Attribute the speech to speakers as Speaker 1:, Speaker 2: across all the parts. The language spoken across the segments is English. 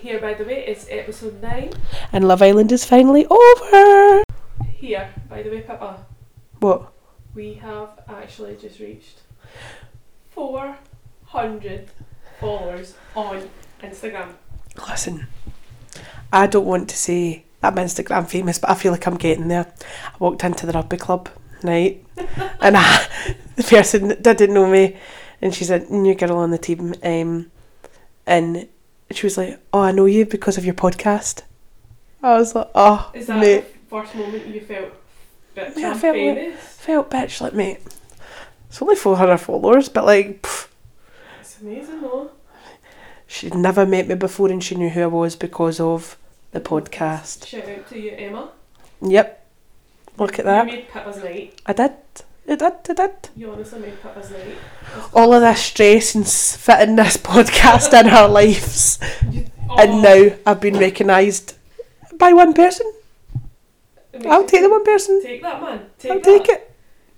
Speaker 1: Here, by the way, is episode 9.
Speaker 2: And Love Island is finally over.
Speaker 1: Here, by the way, Pippa,
Speaker 2: What?
Speaker 1: we have actually just reached 400 followers on Instagram.
Speaker 2: Listen, I don't want to say that I'm Instagram famous, but I feel like I'm getting there. I walked into the rugby club, right? and I, the person that didn't know me, and she's a new girl on the team, um, and she was like, Oh, I know you because of your podcast. I was like, Oh,
Speaker 1: Is that
Speaker 2: mate.
Speaker 1: the first moment you felt bitch,
Speaker 2: Yeah, I
Speaker 1: I'm
Speaker 2: felt like-
Speaker 1: famous?
Speaker 2: Felt bitch, like, mate. It's only 400 followers, but like, pfft,
Speaker 1: It's amazing, though.
Speaker 2: She'd never met me before and she knew who I was because of the podcast.
Speaker 1: Shout out to you, Emma.
Speaker 2: Yep. Look at
Speaker 1: You
Speaker 2: that.
Speaker 1: made Pippa's night.
Speaker 2: I did. I did. I did.
Speaker 1: You honestly made Pippa's night.
Speaker 2: All of this stress and s- fitting this podcast in our lives.
Speaker 1: You-
Speaker 2: And
Speaker 1: Oh,
Speaker 2: now I've been recognised by one person.
Speaker 1: it
Speaker 2: I'll
Speaker 1: makes
Speaker 2: take the
Speaker 1: me-
Speaker 2: one person.
Speaker 1: Take that, man. Take
Speaker 2: I'll
Speaker 1: that.
Speaker 2: take it.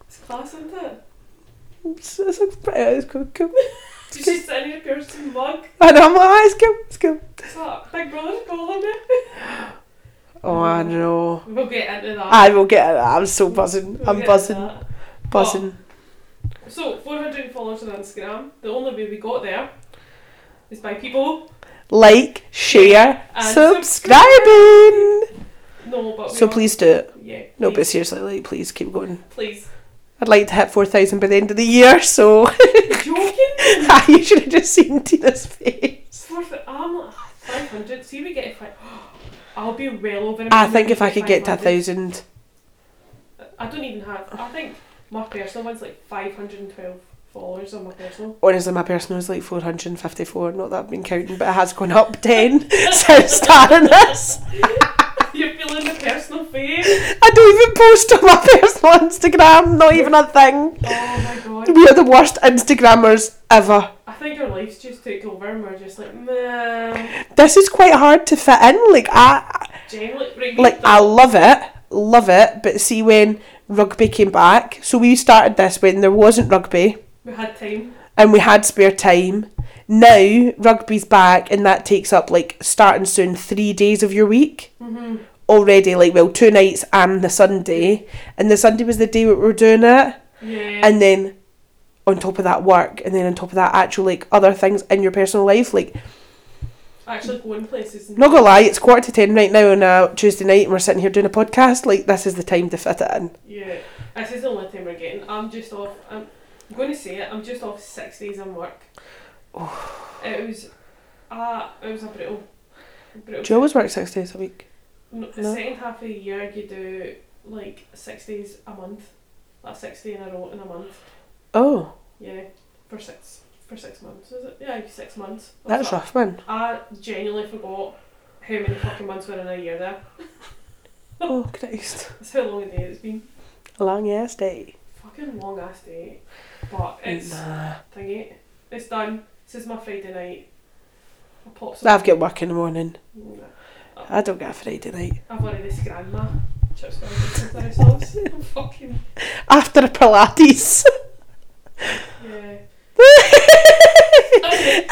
Speaker 1: It's class, isn't it?
Speaker 2: It's, it's, a- it's cool, cool.
Speaker 1: She's just sitting in a person's mug.
Speaker 2: And I'm like, ah, it's cool. It's cool.
Speaker 1: It's like Big Brother's calling me.
Speaker 2: Oh, I know.
Speaker 1: We'll get into that.
Speaker 2: I will get it. I'm so buzzing.
Speaker 1: We'll
Speaker 2: I'm
Speaker 1: get
Speaker 2: buzzing.
Speaker 1: into
Speaker 2: Buzzing.
Speaker 1: that. Uh, So, 400 followers on Instagram. The only way we got there is by people.
Speaker 2: Like, share,
Speaker 1: And
Speaker 2: subscribing.
Speaker 1: No, but we
Speaker 2: So
Speaker 1: are-
Speaker 2: please do it.
Speaker 1: Yeah.
Speaker 2: No, but
Speaker 1: please,
Speaker 2: seriously, like, please keep going.
Speaker 1: please.
Speaker 2: I'd like to hit 4,000 by the end of the year, so
Speaker 1: You're joking?
Speaker 2: you should have just seen Tina's face.
Speaker 1: It's worth it. I'm like, 500. See, we get five. I'll be well over. a
Speaker 2: I
Speaker 1: million
Speaker 2: think if I could get to
Speaker 1: 500.
Speaker 2: 1,000,
Speaker 1: I don't even have. I think my personal one's like 512 followers on my personal.
Speaker 2: honestly, my personal is like 454. Not that I've been counting, but it has gone up 10 since starting this.
Speaker 1: You're feeling the personal fame.
Speaker 2: I don't even post on my personal Instagram, not even a thing.
Speaker 1: Oh my god.
Speaker 2: We are the worst Instagrammers ever.
Speaker 1: I think our lives just took over and we're just like, nah.
Speaker 2: This is quite hard to fit in. Like, I,
Speaker 1: Generally, right, we
Speaker 2: like
Speaker 1: don't-
Speaker 2: I love it, love it. But see when rugby came back, so we started this when there wasn't rugby
Speaker 1: we had time.
Speaker 2: and we had spare time. Now rugby's back, and that takes up like starting soon three days of your week
Speaker 1: hmm
Speaker 2: already. Like well, two nights and the Sunday, and the Sunday was the day we were doing it,
Speaker 1: Yeah.
Speaker 2: and then on top of that work, and then on top of that actual like other things in your personal life, like
Speaker 1: actually going places. And
Speaker 2: Not gonna lie, it's quarter to ten right now on a Tuesday night, and we're sitting here doing a podcast. Like this is the time to fit it in.
Speaker 1: Yeah. This is the only time we're getting. I'm just off. I'm, I'm going to say it. I'm just off six days in work. It was. Uh, it was a brutal. brutal
Speaker 2: Do you always work six days a week?
Speaker 1: No, the
Speaker 2: No.
Speaker 1: second half of the year, you do like six days a month. That's six days in a row in a month.
Speaker 2: Oh,
Speaker 1: Yeah. For six. For six months, is it? Yeah, six months.
Speaker 2: that's rough, man.
Speaker 1: I genuinely forgot how many fucking months were in a year there.
Speaker 2: Oh Christ,
Speaker 1: That's how long a day it's been.
Speaker 2: a long ass day.
Speaker 1: Fucking long ass day. But it's
Speaker 2: Nah.
Speaker 1: thingy. It's done. This is my Friday night. I pop some.
Speaker 2: I've got work in the morning.
Speaker 1: Nah.
Speaker 2: I don't get a Friday night
Speaker 1: I've already scanned my chips and curry sauce. I'm fucking
Speaker 2: after a Pilates.
Speaker 1: yeah.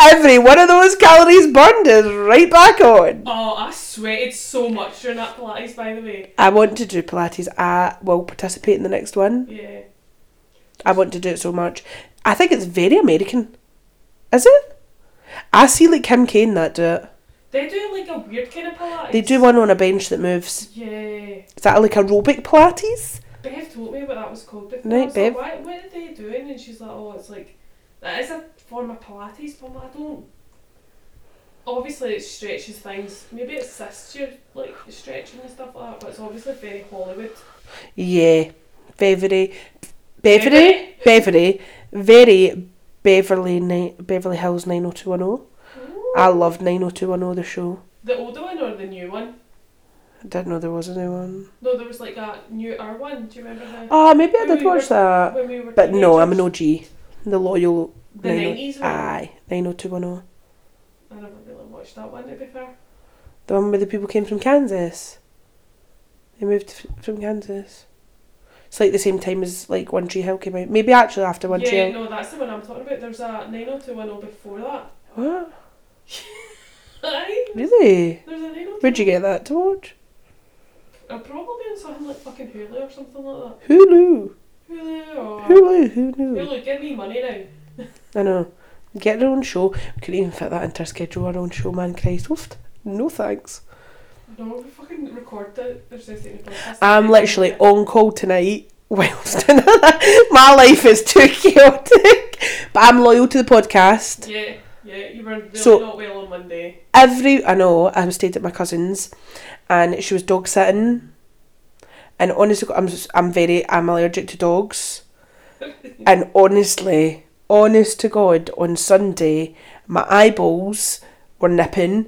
Speaker 2: Every one of those calories burned is right back on.
Speaker 1: Oh, I sweated so much during that Pilates, by the way.
Speaker 2: I want to do Pilates. I will participate in the next one.
Speaker 1: Yeah.
Speaker 2: I want to do it so much. I think it's very American. Is it? I see like Kim Kane that do it.
Speaker 1: They do like a weird kind of Pilates.
Speaker 2: They do one on a bench that moves.
Speaker 1: Yeah.
Speaker 2: Is that like aerobic Pilates?
Speaker 1: Bev told me what that was called before.
Speaker 2: Right,
Speaker 1: I was like,
Speaker 2: Bev.
Speaker 1: Why, what are they doing? And she's like, oh, it's like, that is a form of Pilates, but I'm like, I don't. Obviously, it stretches things. Maybe it assists you, like, stretching and stuff like that, but it's obviously very Hollywood.
Speaker 2: Yeah. Beverly. Beverly? Beverly. Very Beverly Ni- Beverly Hills 90210. I loved 90210, the show.
Speaker 1: The older one or the new one?
Speaker 2: I didn't know there was a new one.
Speaker 1: No, there was like a newer one. Do you remember the,
Speaker 2: Ah, maybe I did watch that.
Speaker 1: when we were
Speaker 2: Oh, But no, I'm an
Speaker 1: teenagers?
Speaker 2: OG. The loyal.
Speaker 1: The
Speaker 2: 90s.
Speaker 1: 90s one?
Speaker 2: Aye. 90210.
Speaker 1: I never really watched that one, to be fair.
Speaker 2: The one where the people came from Kansas. They moved f- from Kansas. It's like the same time as like One Tree Hill came out. Maybe actually after One Tree
Speaker 1: yeah,
Speaker 2: Hill.
Speaker 1: oh no, that's the one I'm talking about. There's a 90210 before that.
Speaker 2: What?
Speaker 1: Aye.
Speaker 2: Really?
Speaker 1: There's an Arnold.
Speaker 2: Where'd you get that to watch?
Speaker 1: Uh, probably on something like fucking Hulu or something like
Speaker 2: Hulu.
Speaker 1: that. Hulu or
Speaker 2: Hulu. Who knew?
Speaker 1: Hulu, give me money now.
Speaker 2: I know. Get our own show. We couldn't even fit that into our schedule. Our own show, man. Christ. Oof. No thanks.
Speaker 1: No, we fucking record that. There's this in the podcast.
Speaker 2: I'm literally on call tonight. Whilst my life is too chaotic, but I'm loyal to the podcast.
Speaker 1: Yeah, yeah, you were really
Speaker 2: So-
Speaker 1: not well on Monday.
Speaker 2: every I know I stayed at my cousin's, and she was dog sitting, and honestly, I'm s- I'm very I'm allergic to dogs, and honestly, honest to God, on Sunday my eyeballs were nipping,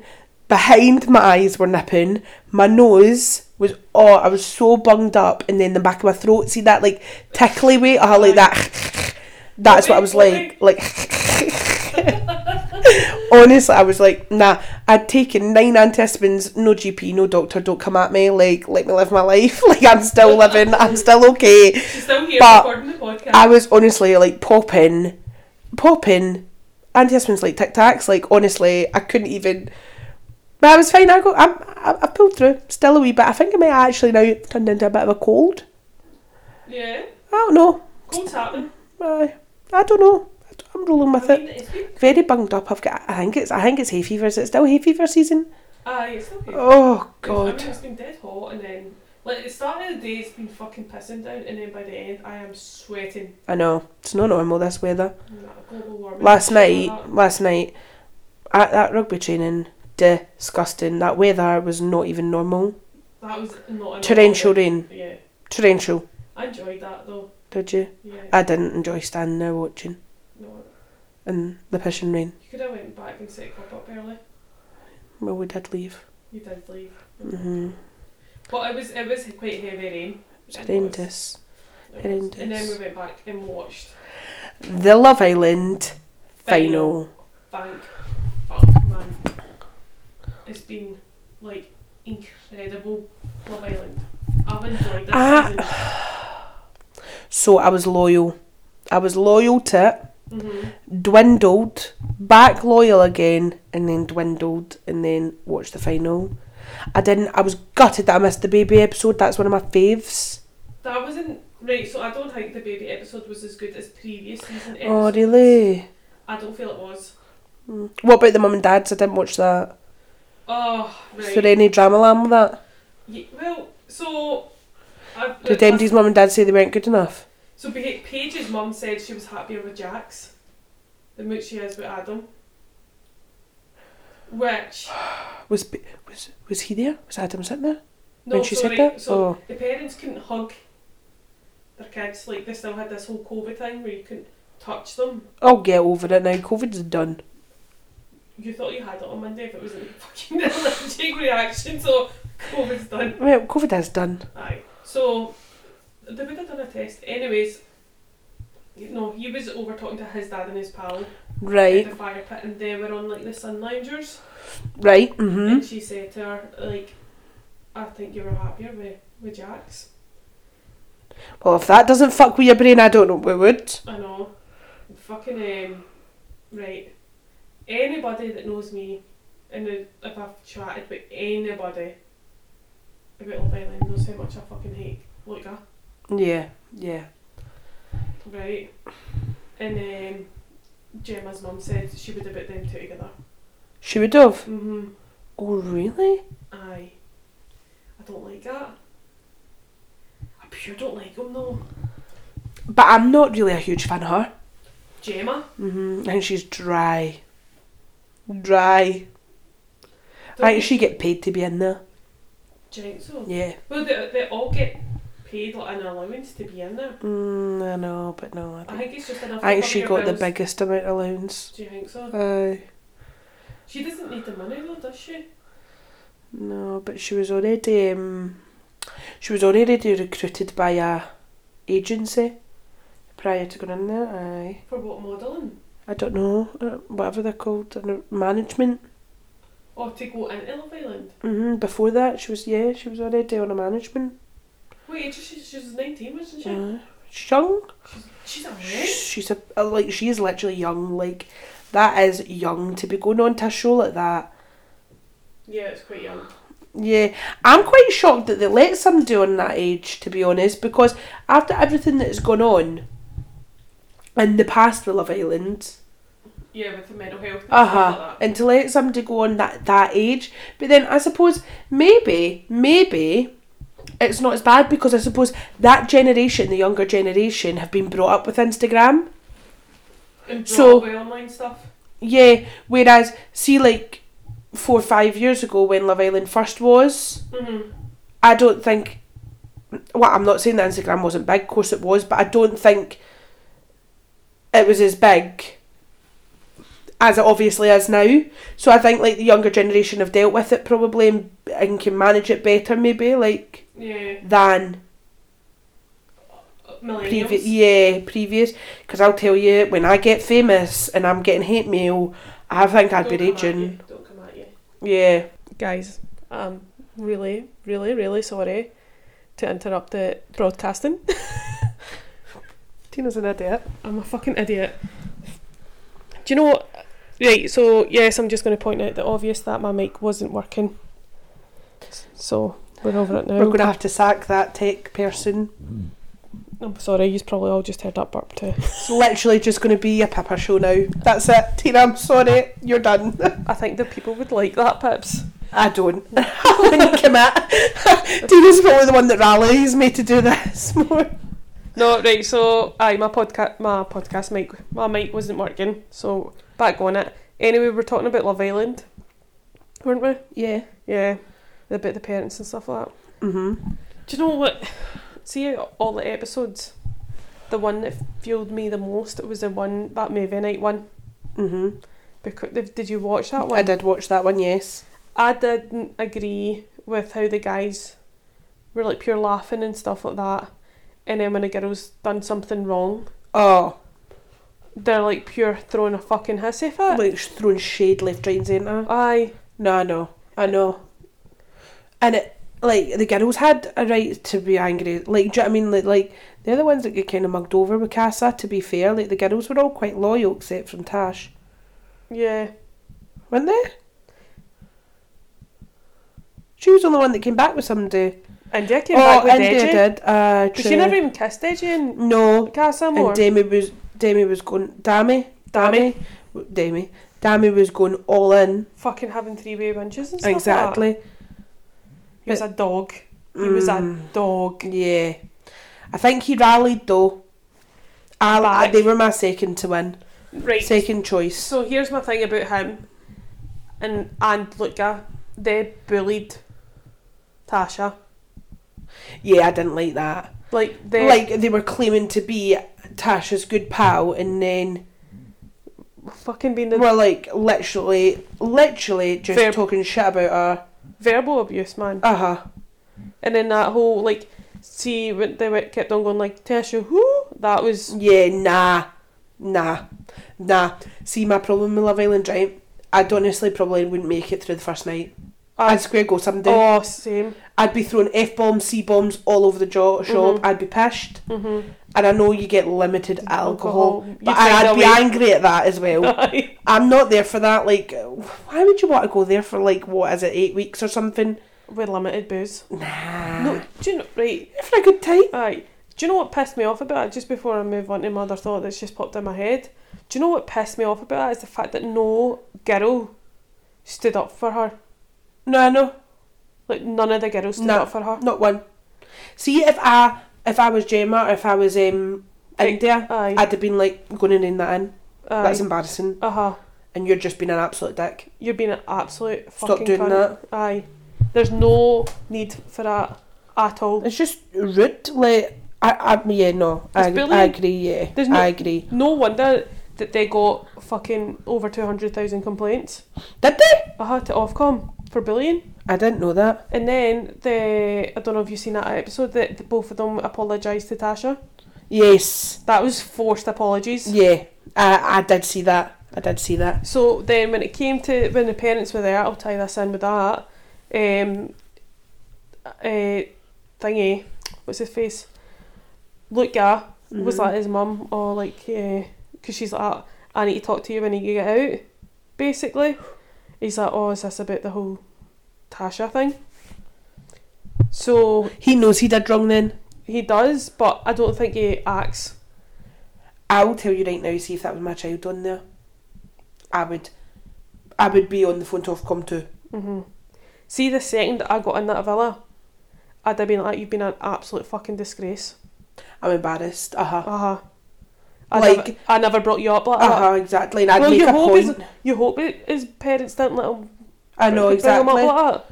Speaker 2: behind my eyes were nipping, my nose was oh I was so bunged up, and then the back of my throat, see that like tickly way, oh like that, that's what I was like like. Honestly, I was like, nah, I'd taken nine antihistamines, no GP, no doctor, don't come at me, like, let me live my life. Like, I'm still living, I'm still okay.
Speaker 1: She's still here
Speaker 2: But
Speaker 1: recording the podcast.
Speaker 2: I was honestly like popping, popping antihistamines like Tic Tacs. Like, honestly, I couldn't even. But I was fine, I got, I'm, I, I pulled through, still a wee bit. I think I might actually now turned into a bit of a cold.
Speaker 1: yeah,
Speaker 2: I don't know.
Speaker 1: cold's happening.
Speaker 2: I, I don't know. I'm rolling
Speaker 1: I
Speaker 2: with it.
Speaker 1: mean, it's been,
Speaker 2: Very bunged up. I've got. I think it's. I think it's hay fever. Is it still hay fever season?
Speaker 1: aye, uh, it's still here.
Speaker 2: Oh
Speaker 1: I mean,
Speaker 2: god.
Speaker 1: it's been dead hot, and then like the start of the day, it's been fucking pissing down, and then by the end, I am sweating.
Speaker 2: I know. It's not normal this weather.
Speaker 1: Nah, global warming.
Speaker 2: Last
Speaker 1: shit like
Speaker 2: night
Speaker 1: that.
Speaker 2: last night at that rugby training, disgusting. That weather was not even normal.
Speaker 1: That was not an
Speaker 2: Torrential rain.
Speaker 1: Yeah,
Speaker 2: Torrential.
Speaker 1: I enjoyed that though.
Speaker 2: Did you?
Speaker 1: Yeah.
Speaker 2: I didn't enjoy standing there watching
Speaker 1: no,
Speaker 2: in the pissing rain.
Speaker 1: you could have went back and set up up early.
Speaker 2: Well we did leave.
Speaker 1: You did leave.
Speaker 2: hmm
Speaker 1: But it was it was quite heavy rain.
Speaker 2: It was horrendous.
Speaker 1: It was. And then
Speaker 2: Horrendous.
Speaker 1: we went back and watched
Speaker 2: The Love Island final.
Speaker 1: Bank. Fuck man. It's been like incredible Love Island. I've enjoyed this
Speaker 2: Ah. So I was loyal. I was loyal to it.
Speaker 1: season. hmm
Speaker 2: dwindled, back loyal again, and then dwindled, and then watched the final. I didn't. I was gutted that I missed the baby episode. That's one of my faves.
Speaker 1: That wasn't right, so I don't think the baby episode was as good as previous season episodes.
Speaker 2: Oh really?
Speaker 1: I don't feel it was.
Speaker 2: Mm. What about the mum and dads? I didn't watch that.
Speaker 1: Oh
Speaker 2: Is
Speaker 1: right.
Speaker 2: there any drama lamb with that?
Speaker 1: Ye- well, so I,
Speaker 2: Did Andy's mum and dad say they weren't good enough?
Speaker 1: So Pa- Paige's mum said she was happier with Jax than what she is with Adam. Which
Speaker 2: Was B- was was he there? Was Adam sitting there
Speaker 1: no,
Speaker 2: when she
Speaker 1: sorry.
Speaker 2: said that?
Speaker 1: So
Speaker 2: oh,
Speaker 1: the parents couldn't hug their kids. Like they still had this whole COVID thing where you couldn't touch them.
Speaker 2: I'll get over it now. COVID's done.
Speaker 1: You thought you had it on Monday, but it was a fucking allergic reaction. So COVID's done.
Speaker 2: Well, COVID is done.
Speaker 1: Aye. So they would have done a test, anyways. You know, he was over talking to his dad and his pal
Speaker 2: Right,
Speaker 1: at the fire pit, and they were on like the sun loungers.
Speaker 2: right. Mhm.
Speaker 1: And she said to her, like, I think you were happier with, with Jax.
Speaker 2: Well, if that doesn't fuck with your brain, I don't know what would.
Speaker 1: I know. Fucking, um, right. Anybody that knows me, and if if I've chatted with anybody about Love Island, knows how much I fucking hate Luca,
Speaker 2: Yeah, yeah.
Speaker 1: right? And um, Gemma's mum said she would have put them two together.
Speaker 2: She would have.
Speaker 1: hmm
Speaker 2: Oh, really?
Speaker 1: Aye. I don't like that. I pure don't like them though.
Speaker 2: But I'm not really a huge fan of her.
Speaker 1: Gemma.
Speaker 2: Mm-hmm. I think she's dry. Dry. I think she get paid to be in there.
Speaker 1: Do you think so?
Speaker 2: Yeah.
Speaker 1: Well, they, they all get paid like an allowance to be in there.
Speaker 2: Mm, I know, but no. I
Speaker 1: I
Speaker 2: think,
Speaker 1: think it's just enough. to
Speaker 2: I think
Speaker 1: cover
Speaker 2: she
Speaker 1: your
Speaker 2: got the
Speaker 1: bills.
Speaker 2: biggest amount of allowance.
Speaker 1: Do you think so?
Speaker 2: Aye.
Speaker 1: She doesn't need the money though, does she?
Speaker 2: No, but she was already um, she was already recruited by a agency prior to going in there. Aye.
Speaker 1: For what modelling?
Speaker 2: I don't know uh, whatever they're called, uh, management.
Speaker 1: Or to go into Love Island?
Speaker 2: hmm Before that, she was yeah, she was already on a management.
Speaker 1: Wait, it's just, she's, she's 19, wasn't she?
Speaker 2: Uh, she's young.
Speaker 1: She's a wreck.
Speaker 2: She's a uh, like she is literally young. Like that is young to be going on to a show like that
Speaker 3: Yeah, it's quite young.
Speaker 2: Yeah, I'm quite shocked that they let somebody on that age, to be honest, because after everything that has gone on in the past with Love Island,
Speaker 3: Yeah, with the mental health and
Speaker 2: uh
Speaker 3: stuff
Speaker 2: huh,
Speaker 3: like that.
Speaker 2: and to let somebody go on that that age, but then I suppose maybe maybe it's not as bad because I suppose that generation, the younger generation, have been brought up with Instagram.
Speaker 3: And
Speaker 2: so-
Speaker 3: so, away online stuff.
Speaker 2: Yeah, whereas see like four or five years ago when Love Island first was.
Speaker 3: Mm-hmm.
Speaker 2: I don't think. Well, I'm not saying that Instagram wasn't big. Of course it was, but I don't think it was as big as it obviously is now. So I think like the younger generation have dealt with it probably and, and can manage it better maybe like
Speaker 3: Yeah.
Speaker 2: than
Speaker 3: Millennials.
Speaker 2: previous. Yeah, previous. Because I'll tell you, when I get famous and I'm getting hate mail, I think I'd
Speaker 3: Don't
Speaker 2: be
Speaker 3: come at
Speaker 2: raging.
Speaker 3: you, Don't come at you.
Speaker 2: Yeah.
Speaker 1: guys, I'm really, really, really sorry to interrupt the broadcasting.
Speaker 2: Tina's an idiot.
Speaker 1: I'm a fucking idiot. Do you know what? Right, so yes, I'm just going to point out the obvious that my mic wasn't working. So we're over it now.
Speaker 2: We're gonna have to sack that tech person.
Speaker 1: I'm sorry, you've probably all just heard that burp too.
Speaker 2: It's literally just going to be a pepper show now. That's it. Tina, I'm sorry. You're done.
Speaker 1: I think that people would like that, Pips.
Speaker 2: I don't. I wouldn't commit. Tina's probably the one that rallies me to do this more.
Speaker 1: No, right, so aye, my podcast my podcast mic my mic wasn't working, so back on it. Anyway, we were talking about Love Island, weren't we?
Speaker 2: Yeah.
Speaker 1: Yeah. About the parents and stuff like that.
Speaker 2: hmm
Speaker 1: Do you know what? See all the episodes. The one that fueled me the most it was the one that movie night one.
Speaker 2: hmm
Speaker 1: Because did you watch that one?
Speaker 2: I did watch that one, yes.
Speaker 1: I didn't agree with how the guys were like pure laughing and stuff like that. And then when a girl's done something wrong,
Speaker 2: Oh,
Speaker 1: they're like pure throwing a fucking hissy fit.
Speaker 2: like sh- throwing shade left, right, and centre.
Speaker 1: Aye.
Speaker 2: No, I know. I know. And it, like, the girls had a right to be angry. Like, do you know what I mean? Like, like they're the ones that get kind of mugged over with Casa, to be fair. Like, the girls were all quite loyal, except from Tash.
Speaker 1: Yeah.
Speaker 2: weren't they? She was the only one that came back with somebody.
Speaker 1: India came back with
Speaker 2: India
Speaker 1: Deji.
Speaker 2: Oh, did. Uh,
Speaker 1: But
Speaker 2: true.
Speaker 1: she never even kissed Deji and
Speaker 2: No,
Speaker 1: Casa more.
Speaker 2: and Demi was Demi was going. Dami, Dami, Demi, Dami was going all in.
Speaker 1: fucking having three way bunches and stuff. like that.
Speaker 2: Exactly.
Speaker 1: He was a dog. He was a
Speaker 2: Mm,
Speaker 1: dog.
Speaker 2: Yeah, I think he rallied though. I, I,
Speaker 1: Back.
Speaker 2: they were my second to win,
Speaker 1: Right.
Speaker 2: second choice.
Speaker 1: So here's my thing about him and and Luca. They bullied Tasha.
Speaker 2: Yeah, I didn't like that.
Speaker 1: Like they
Speaker 2: like they were claiming to be Tasha's good pal, and then
Speaker 1: fucking being the
Speaker 2: We're like literally, literally just
Speaker 1: Fair-
Speaker 2: talking shit about her.
Speaker 1: verbal abuse, man.
Speaker 2: Uh huh.
Speaker 1: And then that whole like see when they went, kept on going like Tasha who that was
Speaker 2: Yeah, nah, nah, nah. See, my problem with Love Island, right? I would honestly probably wouldn't make it through the first night.
Speaker 1: I-
Speaker 2: I'd square go someday.
Speaker 1: oh same.
Speaker 2: I'd be throwing f bombs, c bombs all over the jo- shop.
Speaker 1: Mhm.
Speaker 2: I'd be pissed,
Speaker 1: hmm
Speaker 2: and I know you get limited alcohol,
Speaker 1: Alcohol.
Speaker 2: but
Speaker 1: You'd
Speaker 2: I,
Speaker 1: find
Speaker 2: I'd
Speaker 1: a
Speaker 2: be
Speaker 1: way.
Speaker 2: angry at that as well. I'm not there for that. Like, why would you want to go there for like what is it, eight weeks or something?
Speaker 1: With limited booze.
Speaker 2: Nah,
Speaker 1: No, do you know right?
Speaker 2: for a good time.
Speaker 1: Aye. Do you know what pissed me off about it? Just before I move on to my other thought that's just popped in my head. Do you know what pissed me off about it? Is the fact that no girl stood up for her.
Speaker 2: No, I know.
Speaker 1: Like none of the girls stood
Speaker 2: No.
Speaker 1: up for her.
Speaker 2: Not one. See if I if I was Gemma or if I was um
Speaker 1: Right.
Speaker 2: India,
Speaker 1: Aye.
Speaker 2: I'd have been like going and name that in. That's
Speaker 1: Aye.
Speaker 2: embarrassing.
Speaker 1: Uh huh.
Speaker 2: And you're just being an absolute dick.
Speaker 1: You're being an absolute
Speaker 2: Stop
Speaker 1: fucking
Speaker 2: doing
Speaker 1: cunt.
Speaker 2: that.
Speaker 1: Aye. There's no need for that at all.
Speaker 2: It's just rude. Like I, I yeah no. I,
Speaker 1: It's
Speaker 2: I
Speaker 1: bullying.
Speaker 2: agree. Yeah,
Speaker 1: There's no-
Speaker 2: I agree.
Speaker 1: No wonder that they got fucking over 200,000 complaints.
Speaker 2: Did they?
Speaker 1: Uh huh, to Ofcom for bullying.
Speaker 2: I didn't know that.
Speaker 1: And then the I don't know if you've seen that episode that the, both of them apologised to Tasha.
Speaker 2: Yes.
Speaker 1: That was forced apologies.
Speaker 2: Yeah. I I did see that. I did see that.
Speaker 1: So then when it came to when the parents were there, I'll tie this in with that. Um uh thingy, what's his face? Luca was
Speaker 2: Mhm.
Speaker 1: like his mum or like because she's like I need to talk to you when you get out basically. He's like, Oh, is this about the whole Tasha thing. So
Speaker 2: He knows he did wrong then.
Speaker 1: he does, but I don't think he acts.
Speaker 2: I'll tell you right now, see if that was my child on there. I would I would be on the phone to Ofcom too. Mm-hmm.
Speaker 1: hmm See, the second I got in that villa, I'd have been like, "You've been an absolute fucking disgrace."
Speaker 2: I'm embarrassed. Uh huh.
Speaker 1: Uh huh. I
Speaker 2: Like-
Speaker 1: never, I never brought you up like that.
Speaker 2: Uh huh, exactly. And I'd
Speaker 1: Uh-huh. Well,
Speaker 2: make
Speaker 1: you
Speaker 2: a
Speaker 1: hope
Speaker 2: point.
Speaker 1: his, you hope it, his parents didn't let him.
Speaker 2: I know,
Speaker 1: bring Him
Speaker 2: exactly.
Speaker 1: up like that.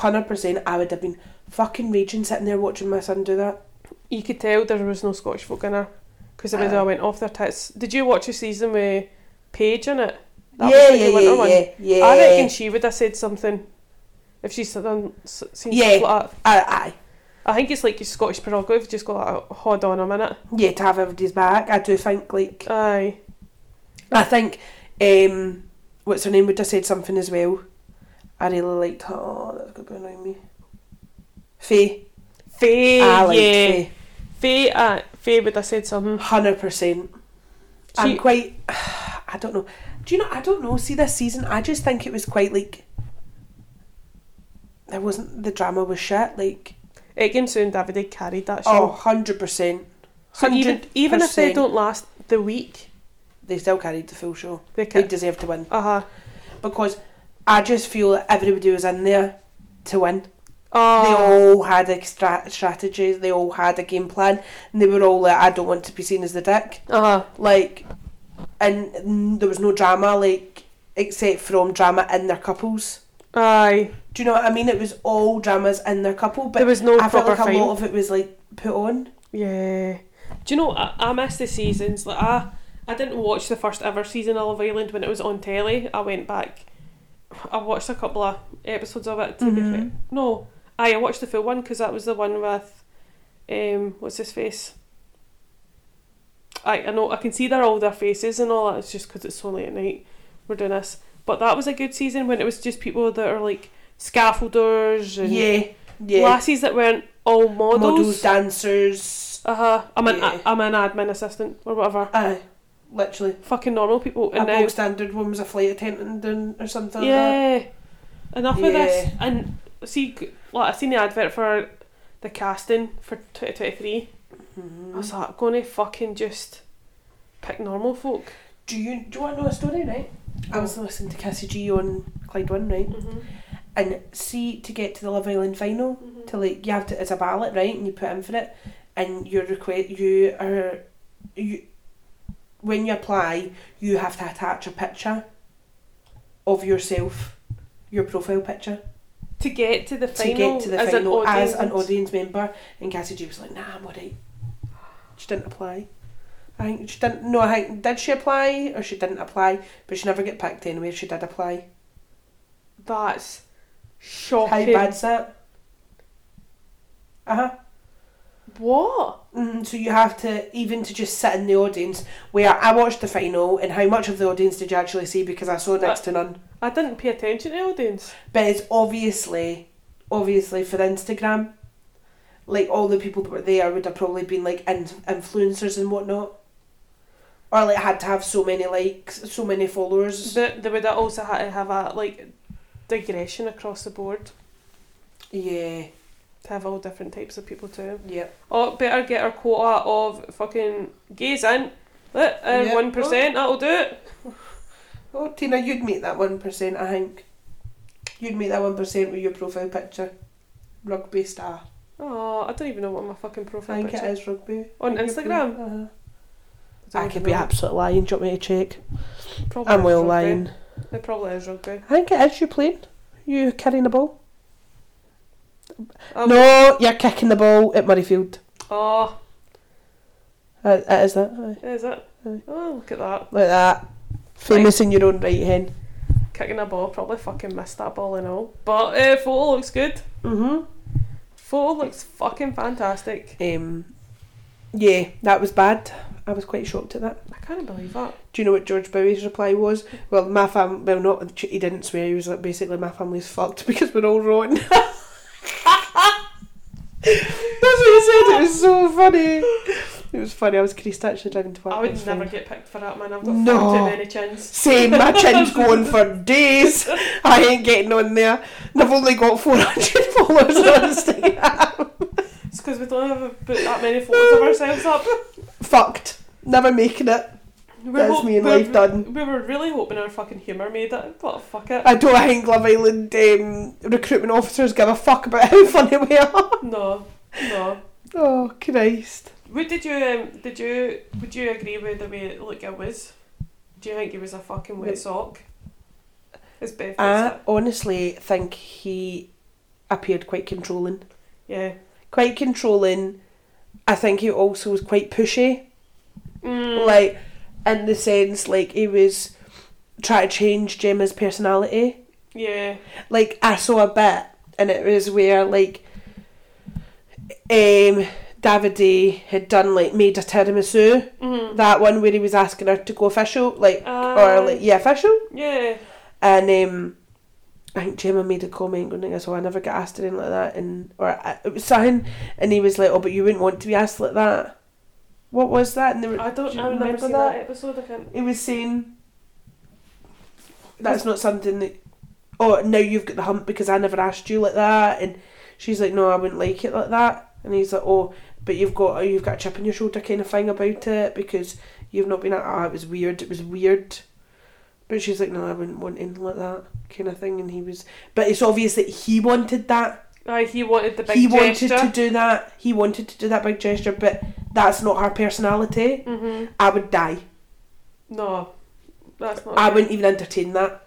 Speaker 2: Hundred percent I would have been fucking raging sitting there watching my son do that.
Speaker 1: You could tell there was no Scottish folk in her because everybody
Speaker 2: Uh.
Speaker 1: went off their tits. Did you watch a season with Paige in it? That was
Speaker 2: yeah,
Speaker 1: the
Speaker 2: yeah,
Speaker 1: winter
Speaker 2: yeah,
Speaker 1: one.
Speaker 2: yeah, yeah.
Speaker 1: I reckon she would have said something if she's done s- seen
Speaker 2: Yeah.
Speaker 1: stuff like that.
Speaker 2: Aye, aye.
Speaker 1: I think it's like your Scottish prerogative. Just go like, hold on a minute.
Speaker 2: Yeah, to have everybody's back. I do think like
Speaker 1: Aye.
Speaker 2: I think um, what's her name would have said something as well. I really liked her. Oh, that's gonna be annoying me. Faye,
Speaker 1: Faye,
Speaker 2: I like
Speaker 1: yeah.
Speaker 2: Faye,
Speaker 1: Faye, uh, Faye would have said something.
Speaker 2: hundred percent. I'm
Speaker 1: She-
Speaker 2: quite. I don't know. Do you know? I don't know. See this season, I just think it was quite like. There wasn't the drama was shit. Like
Speaker 1: Egansu and Davide carried that show.
Speaker 2: oh, hundred percent.
Speaker 1: So even even if they
Speaker 2: 100%.
Speaker 1: don't last the week,
Speaker 2: They still carried the full show.
Speaker 1: they
Speaker 2: They
Speaker 1: can.
Speaker 2: deserve to win
Speaker 1: Uh huh.
Speaker 2: because I just feel that everybody was in there to win. They
Speaker 1: Oh,
Speaker 2: all had a stra- strategy, they all had a game plan, and they were all like, I don't want to be seen as the dick.
Speaker 1: uh huh.
Speaker 2: Like, and mm, there was no drama, like, except from drama in their couples.
Speaker 1: Aye.
Speaker 2: Do you know what I mean? It was all dramas in their couple, but
Speaker 1: there was no
Speaker 2: I felt
Speaker 1: proper
Speaker 2: like a
Speaker 1: final.
Speaker 2: lot of it was, like, put on.
Speaker 1: Yeah. Do you know I, I miss the seasons? Like I, I didn't watch the first ever season of Love Island when it was on telly. I went back. I watched a couple of episodes of it. To be
Speaker 2: Mhm.
Speaker 1: fair. No, aye, I watched the full one because that was the one with, um, what's his face. I I know I can see their all their faces and all that. It's just because it's so late at night. We're doing this, but that was a good season when it was just people that are like scaffolders and
Speaker 2: Yeah, yeah.
Speaker 1: lasses that weren't all Mm-hmm. models.
Speaker 2: Models, dancers,
Speaker 1: Uh huh. I'm an
Speaker 2: Yeah.
Speaker 1: I'm an admin assistant or whatever.
Speaker 2: aye, literally.
Speaker 1: Fucking normal people.
Speaker 2: A
Speaker 1: And now,
Speaker 2: bog standard one was a flight attendant and- or something like
Speaker 1: yeah. Enough of this.
Speaker 2: Yeah.
Speaker 1: And see, c- like I seen the advert for the casting for 2023.
Speaker 2: that.
Speaker 1: I
Speaker 2: Mhm.
Speaker 1: was like, gonna fucking just pick normal folk.
Speaker 2: Do you, do you want to know a story, right? I was listening to Cassie G on Clyde One, right?
Speaker 1: Mm-hmm.
Speaker 2: and see to get to the Love Island final
Speaker 1: Mhm.
Speaker 2: to like you have to it's a ballot right and you put in for it and your request you are you when you apply you have to attach a picture of yourself your profile picture
Speaker 1: To get to the final,
Speaker 2: to get to the
Speaker 1: as,
Speaker 2: final
Speaker 1: an
Speaker 2: as
Speaker 1: audience,
Speaker 2: an audience member and Cassie G was like nah I'm alright she didn't apply I think she didn't no I think did she apply or she didn't apply but she never get picked anyway if she did apply
Speaker 1: That's
Speaker 2: how
Speaker 1: shocking.
Speaker 2: bad's that uh huh
Speaker 1: What?
Speaker 2: Mm, so you have to even to just sit in the audience. Where I watched the final, and how much of the audience did you actually see? Because I saw next to none.
Speaker 1: I didn't pay attention to the audience.
Speaker 2: But it's obviously, obviously for Instagram, like all the people that were there would have probably been like in- influencers and whatnot, or like had to have so many likes, so many followers.
Speaker 1: But they would have also had to have a like digression across the board.
Speaker 2: yeah,
Speaker 1: to have all different types of people too.
Speaker 2: yeah.
Speaker 1: Oh, better get our quota of fucking gays in. Let and
Speaker 2: Yeah.
Speaker 1: one that'll do it.
Speaker 2: Oh, Tina, you'd make that one percent. I think you'd make that one percent with your profile picture, rugby star.
Speaker 1: Oh, I don't even know what my fucking
Speaker 2: I
Speaker 1: profile
Speaker 2: think it
Speaker 1: picture is.
Speaker 2: is rugby.
Speaker 1: on Instagram.
Speaker 2: Uh-huh.
Speaker 1: don't
Speaker 2: I
Speaker 1: even
Speaker 2: could be
Speaker 1: know.
Speaker 2: absolutely lying. Do you want me to check?
Speaker 1: Probably
Speaker 2: I'm
Speaker 1: is
Speaker 2: well
Speaker 1: rugby.
Speaker 2: lying.
Speaker 1: It probably is rugby.
Speaker 2: Oh, I think it is you playing. You carrying the ball?
Speaker 1: Um,
Speaker 2: no, you're kicking the ball at Murrayfield.
Speaker 1: Oh,
Speaker 2: Uh, it is that. aye.
Speaker 1: is it?
Speaker 2: Aye.
Speaker 1: Oh, look at that.
Speaker 2: Like that. Famous in your own right, hen.
Speaker 1: Kicking a ball. Probably fucking missed that ball and all. But uh, photo looks good.
Speaker 2: hmm
Speaker 1: Photo looks fucking fantastic.
Speaker 2: Um, yeah, that was bad. I was quite shocked at that.
Speaker 1: I can't believe that.
Speaker 2: Do you know what George Bowie's reply was? Well, my fam. Well, not he didn't swear. He was like basically my family's fucked because we're all rotten. That's what he said. It was so funny. It was funny. I was creased actually driving to work.
Speaker 1: I
Speaker 2: It was
Speaker 1: would
Speaker 2: funny.
Speaker 1: never get picked for that, man. I've got
Speaker 2: No.
Speaker 1: far too many chins.
Speaker 2: Same, my chin's going for days. I ain't getting on there. And I've only got 400 followers on Instagram.
Speaker 1: It's because we don't have put that many photos of ourselves up.
Speaker 2: Fucked. Never making it.
Speaker 1: We were
Speaker 2: That's
Speaker 1: hop-
Speaker 2: me and
Speaker 1: we were-
Speaker 2: life done.
Speaker 1: We were really hoping our fucking humour made it, but fuck it.
Speaker 2: I don't think Love Island um, recruitment officers give a fuck about how funny we are.
Speaker 1: No, no.
Speaker 2: Oh, Christ.
Speaker 1: What did you um, did you would you agree with the way like I was? Do you think he was a fucking wet
Speaker 2: Wait. Uh,
Speaker 1: sock? It's Beth. puts
Speaker 2: I
Speaker 1: it.
Speaker 2: honestly think he appeared quite controlling.
Speaker 1: Yeah.
Speaker 2: Quite controlling. I think he also was quite pushy.
Speaker 1: Mm,
Speaker 2: like in the sense like he was trying to change Gemma's personality.
Speaker 1: yeah.
Speaker 2: Like I saw a bit and it was where like um Davide had done like made a tiramisu.
Speaker 1: Mm. Uh.
Speaker 2: That one where he was asking her to go official, like
Speaker 1: Aye.
Speaker 2: or like yeah, official.
Speaker 1: yeah.
Speaker 2: And um I think Gemma made a comment going like, "Oh, I never get asked anything like that," and or I- it was something, and he was like, "Oh, but you wouldn't want to be asked like that." What was that? And they were,
Speaker 1: I don't
Speaker 2: do you
Speaker 1: I remember
Speaker 2: remember
Speaker 1: seen
Speaker 2: that?
Speaker 1: that episode. I can't.
Speaker 2: it was saying that's not something that oh now you've got the hump because I never asked you like that and she's like no I wouldn't like it like that and he's like oh but you've got you've got a chip on your shoulder kind of thing about it because you've not been at ah it was weird it was weird but she's like no I wouldn't want anything like that kind of thing and he was but it's obvious that he wanted that
Speaker 1: Aye, he wanted the big
Speaker 2: he
Speaker 1: gesture.
Speaker 2: wanted to do that he wanted to do that big gesture but that's not her personality
Speaker 1: Mhm.
Speaker 2: I would die
Speaker 1: No, that's not.
Speaker 2: I
Speaker 1: right.
Speaker 2: wouldn't even entertain that.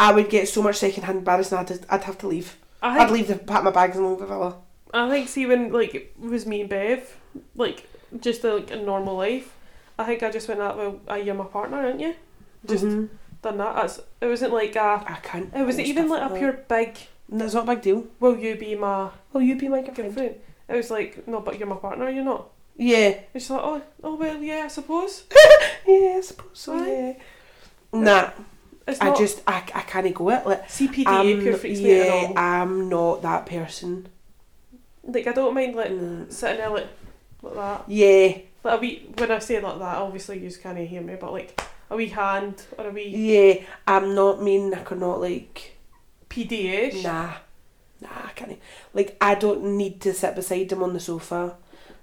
Speaker 2: I would get so much secondhand embarrassment. I'd, I'd have to leave.
Speaker 1: I think
Speaker 2: I'd leave the pack my bags and leave the villa.
Speaker 1: I think see when like it was me and Bev, like just a, like a normal life. I think I just went that well. I you're my partner, aren't you? Just
Speaker 2: Mm-hmm.
Speaker 1: done that. That's it wasn't like a.
Speaker 2: I can't.
Speaker 1: Mm-hmm. Oh, It wasn't
Speaker 2: do
Speaker 1: even
Speaker 2: stuff
Speaker 1: like a
Speaker 2: that.
Speaker 1: pure big.
Speaker 2: No, It's not a big deal.
Speaker 1: Will you be my
Speaker 2: Will you be my girlfriend?
Speaker 1: girlfriend? It was like no, but you're my partner. You're not.
Speaker 2: Yeah.
Speaker 1: And she's like oh oh well yeah I suppose.
Speaker 2: Yeah, I suppose so.
Speaker 1: Aye.
Speaker 2: Yeah. Nah,
Speaker 1: It's
Speaker 2: I
Speaker 1: not
Speaker 2: just I, I can't go it. Like
Speaker 1: CPD
Speaker 2: I'm,
Speaker 1: pure freaks me out at
Speaker 2: yeah,
Speaker 1: all.
Speaker 2: I'm not that person.
Speaker 1: like I don't mind like
Speaker 2: No.
Speaker 1: sitting there like like that.
Speaker 2: Yeah,
Speaker 1: Like a wee when I say like that, obviously you can't hear me, but like a wee hand or a wee
Speaker 2: yeah. I'm not mean. I cannot like.
Speaker 1: PDA.
Speaker 2: Nah, nah, I can't. e- Like, I don't need to sit beside him on the sofa.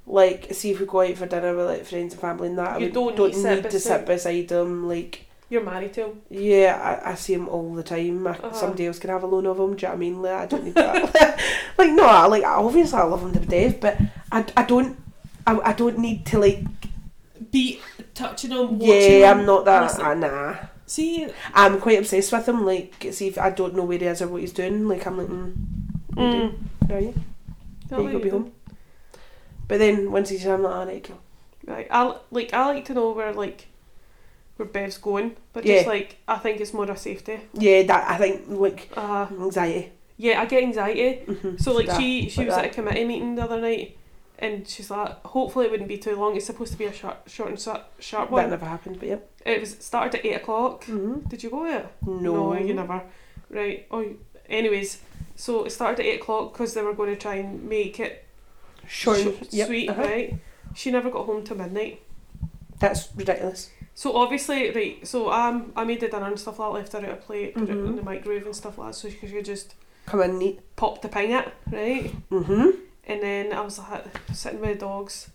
Speaker 2: Like, see if we go out for dinner with like friends and family and that.
Speaker 1: You
Speaker 2: I would-
Speaker 1: don't need to sit
Speaker 2: need to sit beside him. Like,
Speaker 1: You're married to him.
Speaker 2: yeah, I, I see him all the time. I,
Speaker 1: Uh-huh.
Speaker 2: Somebody else can have a loan of him. Do you know what I mean? Like, I don't need that. like, no, I, like obviously I love him to death, but I, I don't. I, I don't need to like.
Speaker 3: Be touching on watching
Speaker 2: Yeah,
Speaker 3: him.
Speaker 2: I'm not that.
Speaker 3: listen.
Speaker 2: Uh, nah,
Speaker 3: See,
Speaker 2: I'm quite obsessed with him. Like, see if I don't know where he is or what he's doing. Like, I'm like, mm,
Speaker 1: Mm.
Speaker 2: right.
Speaker 1: Don't
Speaker 2: Yeah, you
Speaker 1: let
Speaker 2: go be
Speaker 1: you
Speaker 2: home. But then once he's here, I'm like, alright, cool.
Speaker 1: do- Right, I like I like to know where like where Bev's going, but just
Speaker 2: Yeah.
Speaker 1: like I think it's more a safety.
Speaker 2: Yeah, that I think like
Speaker 1: Uh,
Speaker 2: anxiety.
Speaker 1: yeah, I get anxiety.
Speaker 2: Mhm.
Speaker 1: So like
Speaker 2: That-
Speaker 1: she she
Speaker 2: like
Speaker 1: was
Speaker 2: that.
Speaker 1: at a committee meeting the other night, and she's like, hopefully it wouldn't be too long. It's supposed to be a short short and sharp, sharp
Speaker 2: that
Speaker 1: one. Mm-hmm.
Speaker 2: never happened, but yep.
Speaker 1: It was started at eight o'clock. Did you go yet?
Speaker 2: No,
Speaker 1: you never. Right. Oh, you- anyways, so it started at eight o'clock because they were going to try and make it
Speaker 2: Short,
Speaker 1: sh-
Speaker 2: yep,
Speaker 1: sweet,
Speaker 2: uh-huh.
Speaker 1: right? She never got home till midnight.
Speaker 2: That's ridiculous.
Speaker 1: So obviously, right. So um, I made the dinner and stuff like that, left her out a plate, put
Speaker 2: Mm-hmm.
Speaker 1: it in the microwave and stuff like that, so she could just
Speaker 2: Come and eat.
Speaker 1: pop the ping it, right?
Speaker 2: Mhm.
Speaker 1: And then I was like sitting with the dogs.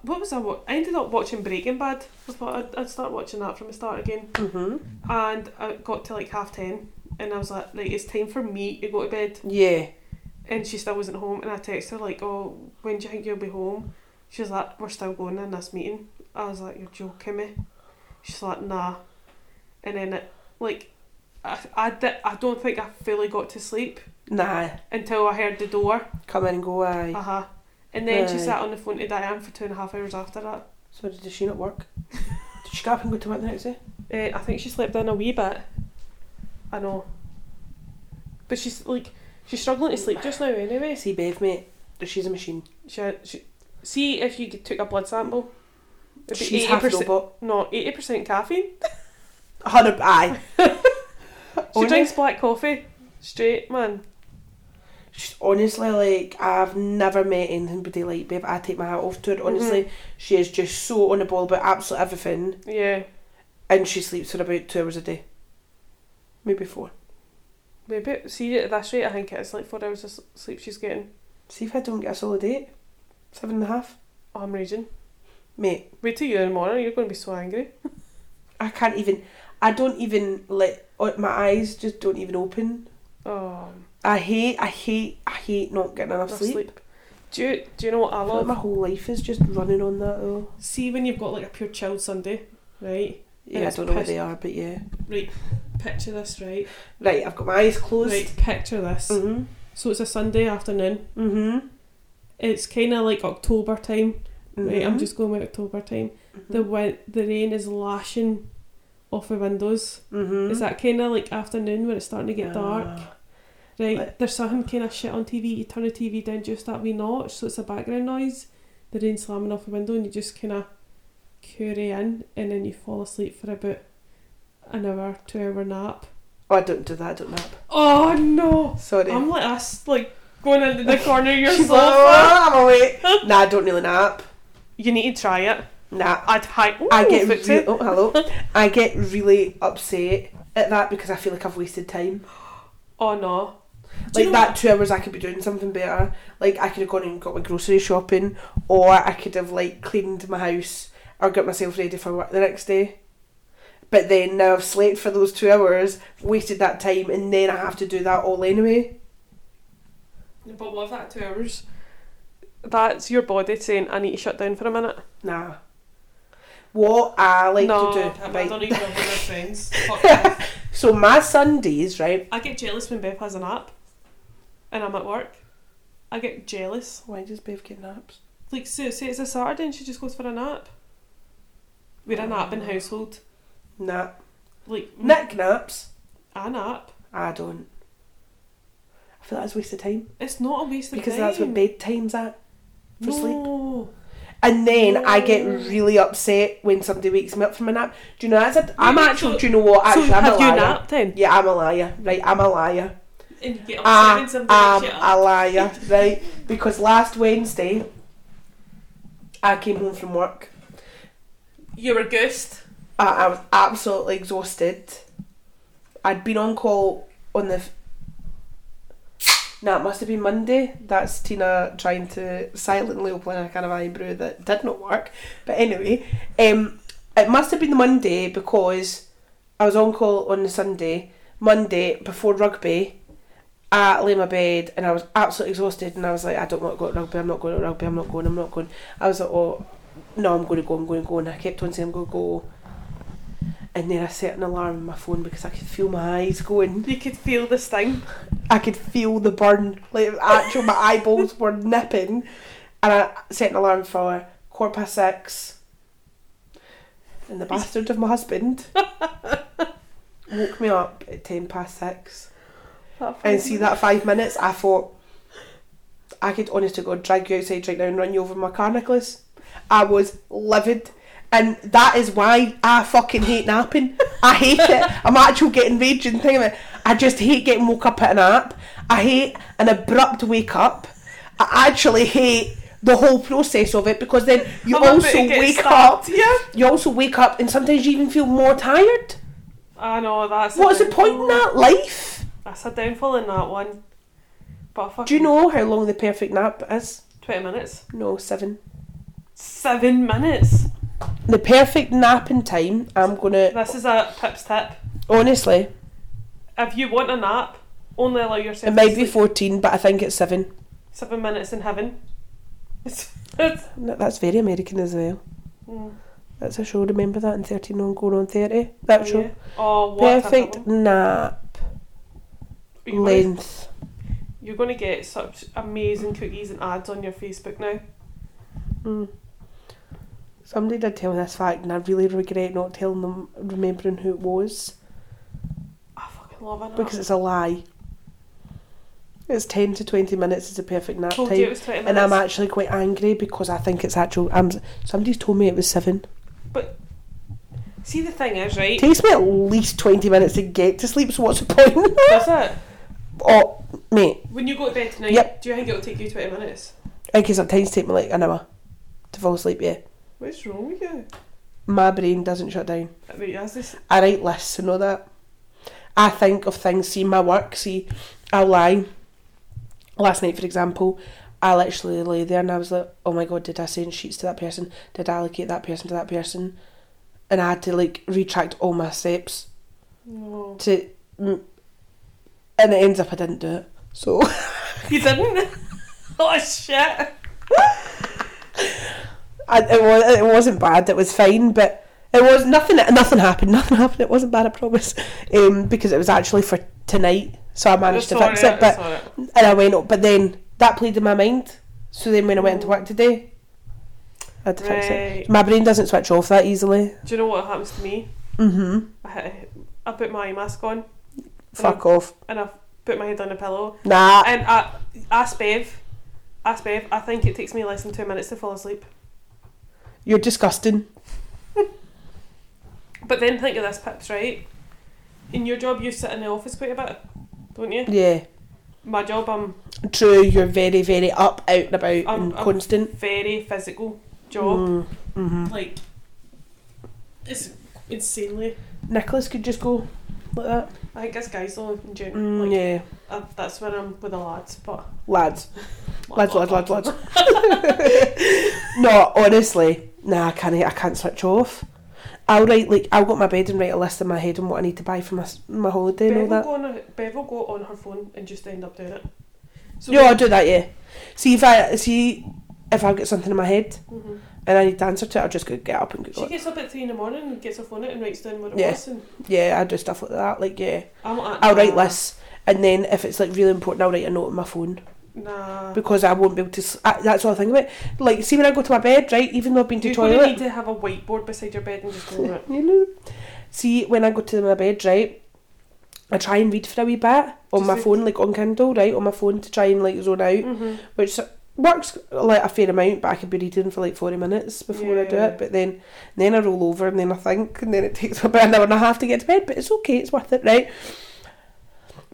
Speaker 1: What was I? Wa- I ended up watching Breaking Bad. I thought I'd, I'd start watching that from the start again,
Speaker 2: Mhm.
Speaker 1: and I got to like half ten, and I was like, right, it's time for me to go to bed.
Speaker 2: Yeah.
Speaker 1: And she still wasn't home, and I texted her like, oh, when do you think you'll be home? She was like, we're still going in this meeting. I was like, you're joking me. She's like, nah. And then it, like, I, I, di- I don't think I fully got to sleep
Speaker 2: Nah.
Speaker 1: until I heard the door.
Speaker 2: Come in and go. Aye.
Speaker 1: Uh huh. And then she
Speaker 2: Aye.
Speaker 1: sat on the phone to Diane for two and a half hours after that.
Speaker 2: So did she not work? did she get up and go to work the next day?
Speaker 1: Uh, I think she slept in a wee bit. I know. But she's like, she's struggling to sleep just now anyway.
Speaker 2: See, Bev, mate. She's a machine.
Speaker 1: She, she, see if you g- took a blood sample. it'd be
Speaker 2: She's half
Speaker 1: 80%
Speaker 2: robot.
Speaker 1: No, eighty percent caffeine.
Speaker 2: Hundred. Aye.
Speaker 1: She
Speaker 2: Only-
Speaker 1: drinks black coffee. Straight man.
Speaker 2: She's honestly like I've never met anybody like babe. I take my hat off to her. Honestly,
Speaker 1: Mm-hmm.
Speaker 2: she is just so on the ball about absolutely everything,
Speaker 1: Yeah,
Speaker 2: and she sleeps for about two hours a day, maybe four.
Speaker 1: maybe. See, at this rate, I think it's like four hours of s- sleep she's getting.
Speaker 2: See if I don't get a solid eight, seven and a half,
Speaker 1: Oh, I'm raging.
Speaker 2: mate.
Speaker 1: Wait till you're in the morning, you're going to be so angry.
Speaker 2: I can't even. I don't even let. oh, My eyes just don't even open.
Speaker 1: Oh,
Speaker 2: I hate. I hate. I hate not getting enough
Speaker 1: enough
Speaker 2: sleep.
Speaker 1: sleep. Do you, do you know what I
Speaker 2: I feel like
Speaker 1: love?
Speaker 2: my whole life is just running on that though.
Speaker 1: See when you've got like a pure child Sunday, right?
Speaker 2: Yeah, I
Speaker 1: it's
Speaker 2: don't know where
Speaker 1: piss-
Speaker 2: they are, but yeah.
Speaker 1: Picture this, right?
Speaker 2: Right, I've got my eyes closed.
Speaker 1: Right, picture this.
Speaker 2: Mhm.
Speaker 1: So it's a Sunday afternoon.
Speaker 2: Mhm.
Speaker 1: It's kind of like October time. Right, I'm
Speaker 2: Mhm.
Speaker 1: just going with October time. The
Speaker 2: Mhm.
Speaker 1: win- the rain is lashing off the windows.
Speaker 2: Mhm.
Speaker 1: It's that kind of like afternoon where it's starting to get dark.
Speaker 2: Ah.
Speaker 1: Right,
Speaker 2: Like-
Speaker 1: there's something kind of shit on TV. You turn the TV down just that wee notch, so it's a background noise. The rain slamming off the window, and you just kind of curry in, and then you fall asleep for about an hour, two hour nap.
Speaker 2: Oh, I don't do that. I don't nap.
Speaker 1: Oh no!
Speaker 2: Sorry.
Speaker 1: I'm like us, like going into the corner of your
Speaker 2: She's like,
Speaker 1: sofa.
Speaker 2: "Oh, I'm awake. nah, I don't really nap.
Speaker 1: You need to try it.
Speaker 2: Nah.
Speaker 1: I'd high.
Speaker 2: I get
Speaker 1: fix
Speaker 2: re- oh hello. I get really upset at that because I feel like I've wasted time.
Speaker 1: Oh no! Do
Speaker 2: Like
Speaker 1: you know
Speaker 2: that two hours, I could be doing something better. Like I could have gone and got my grocery shopping, or I could have like cleaned my house or got myself ready for work the next day. But then now I've slept for those two hours, wasted that time, and then I have to do that all anyway.
Speaker 1: But what if that two hours? That's your body saying, "I need to shut down for a minute."
Speaker 2: Nah. What I like
Speaker 1: no,
Speaker 2: to do.
Speaker 1: I
Speaker 2: right.
Speaker 1: don't even know my friends. Fuck off.
Speaker 2: So my Sundays, right?
Speaker 1: I get jealous when Beth has a nap and I'm at work. I get jealous.
Speaker 2: Why does Bev get naps?
Speaker 1: Like, so, say it's a Saturday and she just goes for a nap. We're a napping household.
Speaker 2: Nah.
Speaker 1: Mm. Like,
Speaker 2: Nick naps.
Speaker 1: I nap.
Speaker 2: I don't. I feel that's a waste of time
Speaker 1: It's not a waste of
Speaker 2: because
Speaker 1: time.
Speaker 2: that's what bedtime's at for sleep.
Speaker 1: No.
Speaker 2: And then I get
Speaker 1: No.
Speaker 2: really upset when somebody wakes me up from a nap. Do you know that's a, I'm
Speaker 1: Wait,
Speaker 2: actually.
Speaker 1: so-
Speaker 2: do you know what? Actually,
Speaker 1: so
Speaker 2: I'm
Speaker 1: have
Speaker 2: a
Speaker 1: you
Speaker 2: liar.
Speaker 1: napped then?
Speaker 2: Yeah, I'm a liar. Right, I'm a liar.
Speaker 1: And you get upset
Speaker 2: I
Speaker 1: when somebody
Speaker 2: am
Speaker 1: wakes you
Speaker 2: a
Speaker 1: up.
Speaker 2: liar. Right, because last Wednesday I came home from work.
Speaker 1: You were goosed.
Speaker 2: I, I was absolutely exhausted. I'd been on call on the. F- nah, it must have been Monday. That's Tina trying to silently open a kind of eyebrow that did not work. But anyway, um, it must have been the Monday because I was on call on the Sunday. Monday before rugby, I lay in my bed and I was absolutely exhausted. And I was like, I don't want to go to rugby. I'm not going to rugby. I'm not going. I'm not going. I was like, oh no, I'm going to go. I'm going to go. And I kept on saying, I'm going to go. And then I set an alarm on my phone because I could feel my eyes going.
Speaker 1: You could feel this thing.
Speaker 2: I could feel the burn. Like actual, my eyeballs were nipping. And I set an alarm for quarter past six. And the bastard of my husband woke me up at ten past six. And see that five minutes, I thought I could honest to God drag you outside right now and run you over in my car, Nicholas. I was livid. And that is why I fucking hate napping. I hate it. I'm actually getting raging thing of it. I just hate getting woke up at a nap. I hate an abrupt wake up. I actually hate the whole process of it because then you
Speaker 1: I'm about
Speaker 2: also
Speaker 1: to get
Speaker 2: wake
Speaker 1: stabbed,
Speaker 2: up.
Speaker 1: Yeah.
Speaker 2: You also wake up and sometimes you even feel more tired.
Speaker 1: I know that's. a
Speaker 2: What's the point
Speaker 1: downfall.
Speaker 2: in that life?
Speaker 1: That's a downfall in that one. But I fucking
Speaker 2: Do you know how long the perfect nap is?
Speaker 1: Twenty minutes.
Speaker 2: No, seven.
Speaker 1: Seven minutes.
Speaker 2: The perfect napping time, I'm gonna.
Speaker 1: This is a Pip's tip.
Speaker 2: Honestly,
Speaker 1: If you want a nap, only allow yourself
Speaker 2: it might
Speaker 1: to
Speaker 2: be
Speaker 1: sleep
Speaker 2: 14, but I think it's seven.
Speaker 1: seven minutes in heaven. It's, it's,
Speaker 2: No, That's very American as well.
Speaker 1: Mm.
Speaker 2: That's a show, remember that? In 13 on Going on 30. That
Speaker 1: oh, yeah.
Speaker 2: show.
Speaker 1: Oh, what
Speaker 2: Perfect nap
Speaker 1: You're gonna,
Speaker 2: length.
Speaker 1: you're gonna get such amazing cookies and ads on your Facebook now.
Speaker 2: Mm. Somebody did tell me this fact, and I really regret not telling them, remembering who it was,
Speaker 1: I fucking love it.
Speaker 2: because it's a lie. It's 10 to 20 minutes is the perfect nap
Speaker 1: told
Speaker 2: time.
Speaker 1: you it was twenty minutes.
Speaker 2: And I'm actually quite angry because I think it's actual. I'm, somebody's told me it was seven.
Speaker 1: See the thing is
Speaker 2: It
Speaker 1: right.
Speaker 2: takes me at least 20 minutes to get to sleep, so what's the point?
Speaker 1: That's it.
Speaker 2: Oh, mate,
Speaker 1: When you go to bed tonight,
Speaker 2: Yep.
Speaker 1: do you think it'll take you 20 minutes?
Speaker 2: I can sometimes take me like an hour to fall asleep, yeah.
Speaker 1: What's wrong with you?
Speaker 2: My brain doesn't shut down.
Speaker 1: I mean, that's this.
Speaker 2: I write lists and all that. I think of things, see my work, see, I'll lie. Last night, for example, I literally lay there and I was like, oh my god, did I send sheets to that person? Did I allocate that person to that person? And I had to like retract all my steps
Speaker 1: No.
Speaker 2: to. mm, And it ends up I didn't do it. So.
Speaker 1: You didn't? oh, shit.
Speaker 2: I, it was it wasn't bad. It was fine, but it was nothing. Nothing happened. Nothing happened. It wasn't bad. I promise. Um, because it was actually for tonight, so I managed to fix it. But and I went, but then that played in my mind. So then when I went to work today, I had to fix
Speaker 1: Oh. Right.
Speaker 2: it. My brain doesn't switch off that easily.
Speaker 1: Do you know what happens to me?
Speaker 2: Mhm.
Speaker 1: I, I put my mask on
Speaker 2: Fuck off.
Speaker 1: and I put my head on a pillow
Speaker 2: Nah.
Speaker 1: and Oh. I, ask Bev, ask Bev, I think it takes me less than two minutes to fall asleep.
Speaker 2: You're disgusting.
Speaker 1: But then think of this, Pips, right? In your job, you sit in the office quite a bit, don't you?
Speaker 2: Yeah.
Speaker 1: My job, I'm
Speaker 2: True. You're very very up, out and about,
Speaker 1: I'm-
Speaker 2: and
Speaker 1: I'm-
Speaker 2: constant.
Speaker 1: very physical job.
Speaker 2: Mm-hmm.
Speaker 1: Like, it's insanely.
Speaker 2: Nicholas could just go like that.
Speaker 1: I think it's guys though in June.
Speaker 2: Mm,
Speaker 1: like,
Speaker 2: yeah.
Speaker 1: I, that's when I'm with the lads, but
Speaker 2: Lads. lads, lads, lads, lads. no, honestly, nah, I can't. I can't switch off. I'll write like I'll go to my bed and write a list in my head on what I need to buy for my s- my holiday
Speaker 1: Bev
Speaker 2: and
Speaker 1: will,
Speaker 2: all that.
Speaker 1: go on her, Bev will go on her phone and just end up doing it. So
Speaker 2: No, I do that. Yeah. See if I see if I get something in my head
Speaker 1: Mhm.
Speaker 2: and I need to answer to it, I'll just go get up and
Speaker 1: She
Speaker 2: go.
Speaker 1: gets up at three in the morning and gets her phone out and writes down what it
Speaker 2: Yeah.
Speaker 1: was. And
Speaker 2: Yeah, I do stuff like that. Like yeah,
Speaker 1: I'm like,
Speaker 2: I'll write
Speaker 1: nah,
Speaker 2: lists. And then if it's like really important, I'll write a note on my phone
Speaker 1: Nah.
Speaker 2: because I won't be able to. s I that's all I think about. Like, see when I go to my bed, right? Even though I've been to
Speaker 1: You're
Speaker 2: toilet,
Speaker 1: going to need to have a whiteboard beside your bed and just go over it.
Speaker 2: you know. See, when I go to my bed, right, I try and read for a wee bit on
Speaker 1: Just
Speaker 2: my
Speaker 1: read.
Speaker 2: phone, like on Kindle, right, on my phone to try and like zone out,
Speaker 1: hmm
Speaker 2: which works like a fair amount. But I could be reading for like forty minutes before I do
Speaker 1: Yeah.
Speaker 2: it. But then, then I roll over and then I think, and then it takes about an hour and a half to get to bed. But it's okay, it's worth it, right?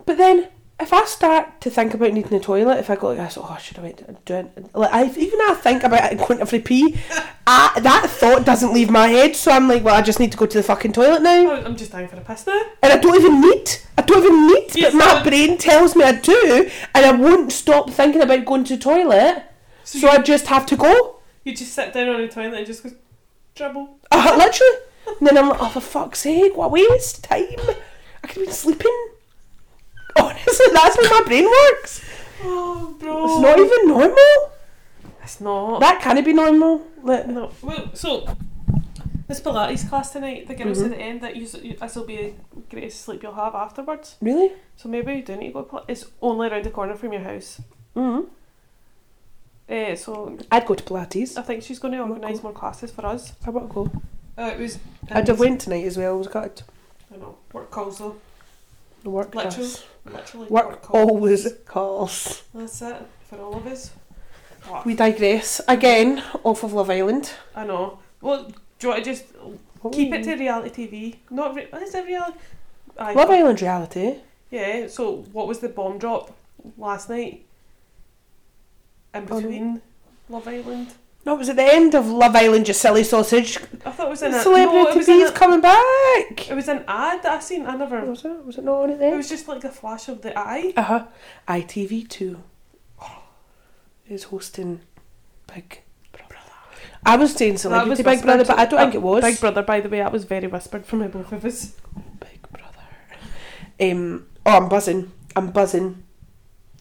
Speaker 2: But then. If I start to think about needing a toilet, if I go like this, oh, should I went to do it? Like, I, even I think about it going to free pee, I, that thought doesn't leave my head, so I'm like, well, I just need to go to the fucking toilet now
Speaker 1: I'm just down for a piss now.
Speaker 2: and I don't even need. I don't even need,
Speaker 1: Yes,
Speaker 2: but my
Speaker 1: I-
Speaker 2: brain tells me I do, and I won't stop thinking about going to the toilet.
Speaker 1: So
Speaker 2: So, I just have to go,
Speaker 1: You just sit down on the toilet and just go, dribble.
Speaker 2: uh, literally. And then I'm like, oh for fuck's sake, what a waste of time! I could have been sleeping. Honestly, that's how my brain works.
Speaker 1: Oh, bro.
Speaker 2: It's not even normal.
Speaker 1: It's not.
Speaker 2: That can't be normal. Like,
Speaker 1: No. Well, so this Pilates class tonight, the girl
Speaker 2: Mm-hmm.
Speaker 1: said at the end that you, you, this will be the greatest sleep you'll have afterwards.
Speaker 2: really?
Speaker 1: So maybe you do need to go. to Pil- It's only around the corner from your house.
Speaker 2: hmm
Speaker 1: Mm-hmm. Uh, so
Speaker 2: I'd go to Pilates.
Speaker 1: I think she's going to
Speaker 2: We'll
Speaker 1: organise
Speaker 2: go.
Speaker 1: more classes for us.
Speaker 2: I want to go.
Speaker 1: Uh, it was.
Speaker 2: I'd have went tonight as well. I was gutted.
Speaker 1: I know. Work calls though.
Speaker 2: The work
Speaker 1: Literally.
Speaker 2: does.
Speaker 1: Literally.
Speaker 2: Work
Speaker 1: calls.
Speaker 2: always calls.
Speaker 1: That's it for all of us. Fuck.
Speaker 2: We digress again off of Love Island.
Speaker 1: I know. Well, do you want to just keep it to reality TV? Not re- is it reality? Aye.
Speaker 2: Love Island reality.
Speaker 1: Yeah. So what was the bomb drop last night? In
Speaker 2: Oh, no.
Speaker 1: between Love Island,
Speaker 2: No, it was at the end of Love Island, you silly sausage.
Speaker 1: I thought it was in a
Speaker 2: Celebrity
Speaker 1: no, it was,
Speaker 2: Bee
Speaker 1: in
Speaker 2: is
Speaker 1: a,
Speaker 2: coming back.
Speaker 1: it was an ad that I seen. I never.
Speaker 2: Was it? Was it not on it
Speaker 1: It
Speaker 2: then?
Speaker 1: was just like a flash of the eye.
Speaker 2: Uh huh. ITV2 is hosting Big Brother. I was saying Celebrity
Speaker 1: was
Speaker 2: Big Brother, but I don't think it was.
Speaker 1: Big Brother, by the way, that was very whispered from my both of us.
Speaker 2: Big Brother. Um, oh, I'm buzzing. I'm buzzing.